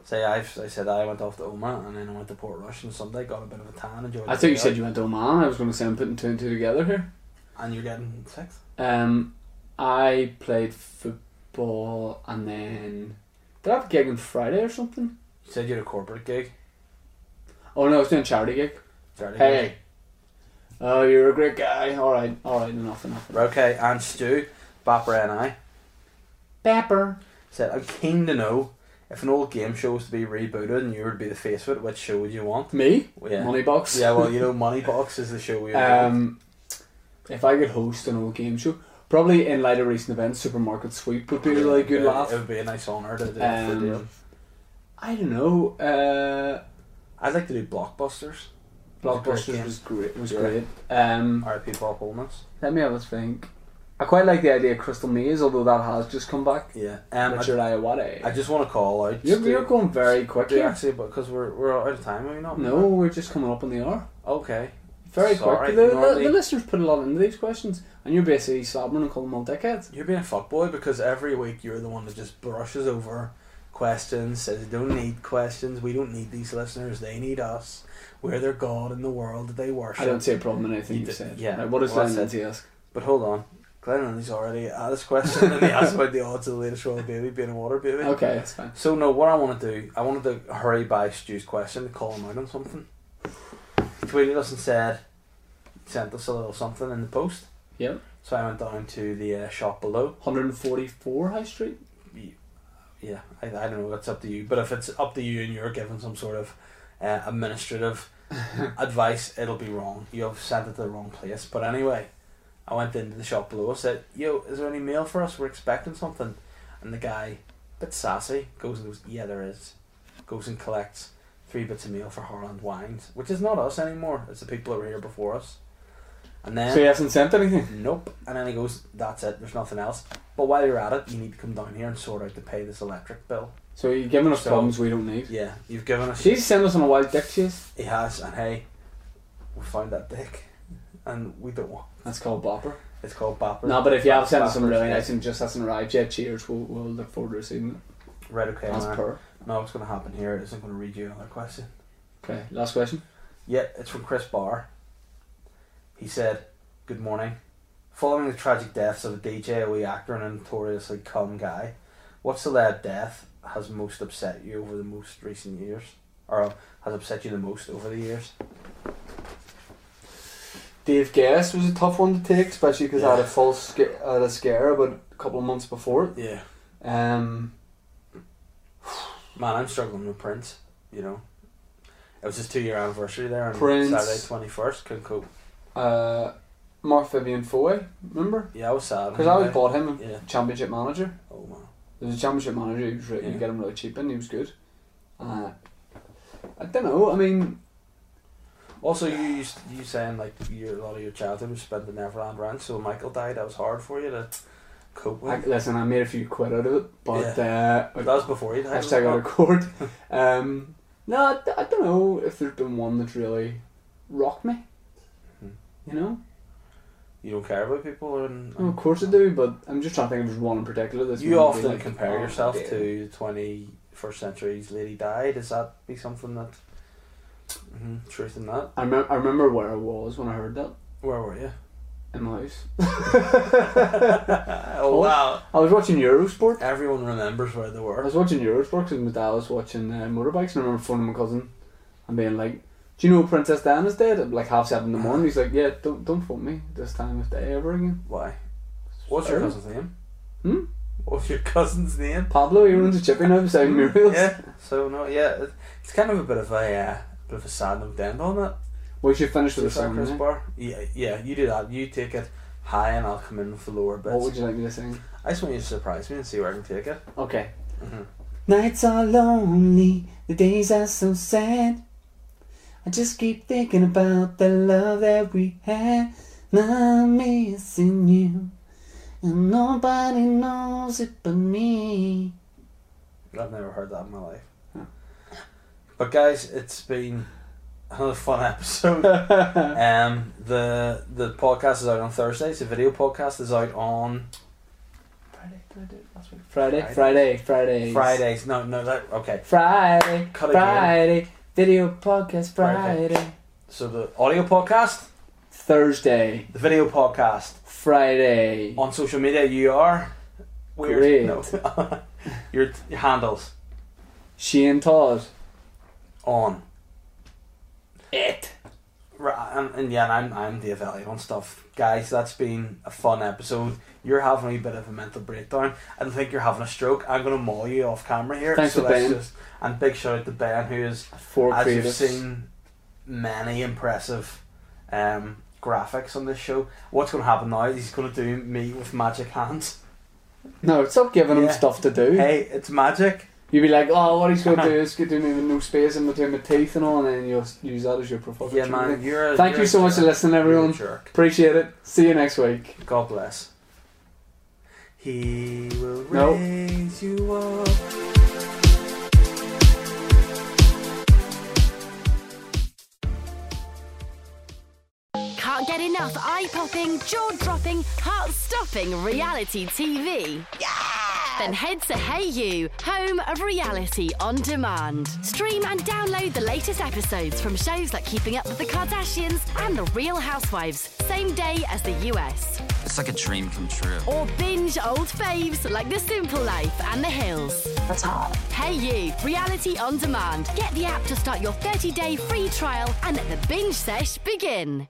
D: Say I've, I said I went off to Oma and then I went to Port Rush on Sunday, got a bit of a tan, enjoyed.
E: I
D: the
E: thought you
D: day
E: said
D: out,
E: you went to Oman. I was going to say I'm putting two and two together here.
D: and you're getting six.
E: Um, I played football and then did I have a gig on Friday or something?
D: You said you had a corporate gig.
E: Oh no, I was doing a charity gig.
D: Saturday
E: Hey, Oh, you're a great guy. All right, all right, enough, enough.
D: Okay, and Stu, Bapper and I
E: Pepper.
D: said, I'm keen to know if an old game show was to be rebooted and you were to be the face of it, which show would you want?
E: Me?
D: Yeah.
E: Moneybox.
D: Yeah, well, you
E: (laughs)
D: know, Moneybox is the show we
E: Um, if I could host an old game show, probably in light of recent events, Supermarket Sweep would be a really good
D: Yeah,
E: laugh.
D: It would be a nice honour to do it for
E: Um,
D: Dale.
E: I don't know. Uh,
D: I'd like to do Blockbusters.
E: Blockbusters
D: game.
E: was great. Was
D: Yeah.
E: great. Um,
D: R.I.P. Bob Holness.
E: let me have a think. I quite like the idea of Crystal Maze, although that has just come back.
D: Yeah. Um, I,
E: Richard Iowade.
D: I just want to call out.
E: you're,
D: Stu-
E: you're going very quick
D: Yeah,
E: here.
D: actually, because we're, we're out of time, are we not?
E: No, we're just coming up on the hour.
D: Okay.
E: Very
D: Sorry,
E: quick. The, the,
D: normally-
E: the listeners put a lot into these questions, and you're basically slabbering and calling them all dickheads.
D: You're being a fuckboy because every week you're the one that just brushes over questions, says you don't need questions, we don't need these listeners, they need us. We're their god in the world that they worship.
E: I don't see a problem in anything
D: You
E: you
D: d-
E: said.
D: yeah,
E: Like, what does
D: well,
E: that
D: that's
E: Lindsay ask?
D: But hold on. Glenn Lindsay's already asked this question and he asked about the odds of the latest Royal Baby being a water baby.
E: Okay, that's fine.
D: So no, what I want to do, I wanted to hurry by Stu's question to call him out on something. He tweeted us and said, sent us a little something in the post.
E: Yep.
D: So I went down to the uh, shop below.
E: 144 High Street.
D: Yeah, I, I don't know. That's up to you. But if it's up to you and you're given some sort of uh, administrative advice, it'll be wrong. You have sent it to the wrong place. But anyway, I went into the shop below. I said, "Yo, is there any mail for us? We're expecting something." And the guy, a bit sassy, goes and goes, "Yeah, there is." Goes and collects three bits of mail for Harland Wines, which is not us anymore. It's the people that were here before us. And then
E: So he hasn't sent anything.
D: Nope. And then he goes, That's it, there's nothing else. But while you're at it, you need to come down here and sort out to pay this electric bill.
E: So you're giving us
D: So-
E: problems we don't need.
D: Yeah, you've given us.
E: She's sent us on a wild dick chase.
D: He has, and hey, we found that dick. And we don't want.
E: That's called Bopper.
D: It's called Bapper.
E: No, but if you have sent us some
D: Bopper's
E: really
D: dick.
E: nice and just hasn't arrived yet, cheers. We'll, we'll look forward to receiving it.
D: Right, okay,
E: That's
D: man.
E: per.
D: No, what's going to happen here is I'm going to read you another question.
E: Okay, last question.
D: Yeah, it's from Chris Barr. He said, Good morning. Following the tragic deaths of a DJ, a wee actor, and a notoriously calm guy, what celeb death has most upset you over the most recent years? Or uh, has upset you the most over the years?
E: Dave Guest was a tough one to take, especially because I had
D: Yeah.
E: a full sca- I had a scare about a couple of months before.
D: Yeah.
E: Um,
D: Man, I'm struggling with Prince, you know. It was his two year anniversary there on
E: Prince.
D: Saturday 21st. Couldn't cope.
E: uh, Mark Vivian Foy, remember?
D: Yeah, I was sad.
E: Because I always bought him a
D: Yeah.
E: championship manager.
D: Oh, man.
E: There was a championship manager who was really,
D: Yeah.
E: you get him really cheap and he was good. Uh, I don't know. I mean,
D: Also, you used, you saying like your a lot of your childhood was spent in Neverland Ranch. So when Michael died, that was hard for you to cope with.
E: I, listen, I made a few quid out of it, but uh,
D: But that was before he died. was
E: hashtag
D: it
E: out
D: not?
E: of court.
D: (laughs)
E: um, no, I, d- I don't know if there's been one that's really rocked me.
D: Mhm.
E: You know,
D: You don't care about people, and,
E: Oh, of course I do, but I'm just trying to think if there's one in particular that's. made
D: you
E: me be
D: often
E: like,
D: compare
E: oh,
D: yourself
E: dear.
D: to the twenty first century's lady died. Does that be something that Mhm, truth in that?
E: I, remem- I remember where I was when I heard that
D: Where were
E: (laughs)
D: you?
E: in my
D: (laughs)
E: house.
D: oh wow!
E: (laughs) I was watching Eurosport.
D: Everyone remembers where they
E: I
D: were.
E: was watching Eurosport because my dad was watching uh, motorbikes, and I remember phoning my cousin and being like, "Do you know Princess Diana's dead?" At like half seven in the morning. He's like, "Yeah, don't don't phone me this time of day ever again."
D: Why? What's your
E: Sorry?
D: cousin's name?
E: Hmm?
D: What's your cousin's name?
E: Pablo, he runs a chippy now
D: (laughs)
E: beside Muriel's.
D: Yeah. So no, yeah, it- it's kind of a bit of a uh, bit of a sad note to end on that.
E: We should finish with a
D: Suicide
E: song. eh?
D: Chris
E: right?
D: Bar. Yeah, yeah. You do that. You take it high, and I'll come in with the lower bits.
E: What would you like me to sing?
D: I just want you to surprise me and see where I can take it.
E: Okay.
D: Mhm.
E: Mm-hmm. Nights are lonely, the days are so sad. I just keep thinking about the love that we had. And I'm missing you, and nobody knows it but me.
D: I've never heard that in my life.
E: Huh.
D: But guys, it's been another fun episode.
E: (laughs) (laughs) Friday,
D: um, the the podcast is out on Thursdays. The video podcast is out on
E: Friday, Friday, Friday,
D: Fridays. No, no, that okay.
E: Friday,
D: Cut again.
E: Friday, video podcast Friday,
D: So the audio podcast,
E: Thursday,
D: the video podcast.
E: Friday.
D: On social media, you are
E: Great. (laughs)
D: No. your, your handles
E: She and Todd.
D: on
E: It.
D: Right, and, and yeah, and I'm I'm the evaluating on stuff, guys. That's been a fun episode. You're having a bit of a mental breakdown. I don't think you're having a stroke. I'm gonna maul you off camera here.
E: Thanks
D: so
E: to
D: let's
E: Ben.
D: Just, and big shout out to Ben, who is
E: Four
D: as
E: creatives.
D: you've seen many impressive um, graphics on this show. What's gonna happen now? is He's gonna do me with magic hands.
E: No, stop giving him
D: Yeah.
E: stuff to do.
D: Hey, it's magic.
E: You'd be like, oh, what he's going to
D: (laughs)
E: do is do me with no space in between my teeth and all, and then you'll use that as your profit.
D: Yeah, man. You're a,
E: Thank
D: you're
E: you
D: a
E: so much for
D: jerk.
E: listening,
D: You're a
E: everyone.
D: jerk.
E: Appreciate it. See you next week.
D: God bless. He will
E: No.
D: raise you up.
A: Can't get enough eye popping, jaw dropping, heart stopping reality TV. Yeah! Then head to Hey You, home of reality on demand. Stream and download the latest episodes from shows like Keeping Up with the Kardashians and The Real Housewives, same day as the US.
H: It's like a dream come true.
A: Or binge old faves like The Simple Life and The Hills. That's hot. Hey You, reality on demand. Get the app to start your 30 day free trial and let the binge sesh begin.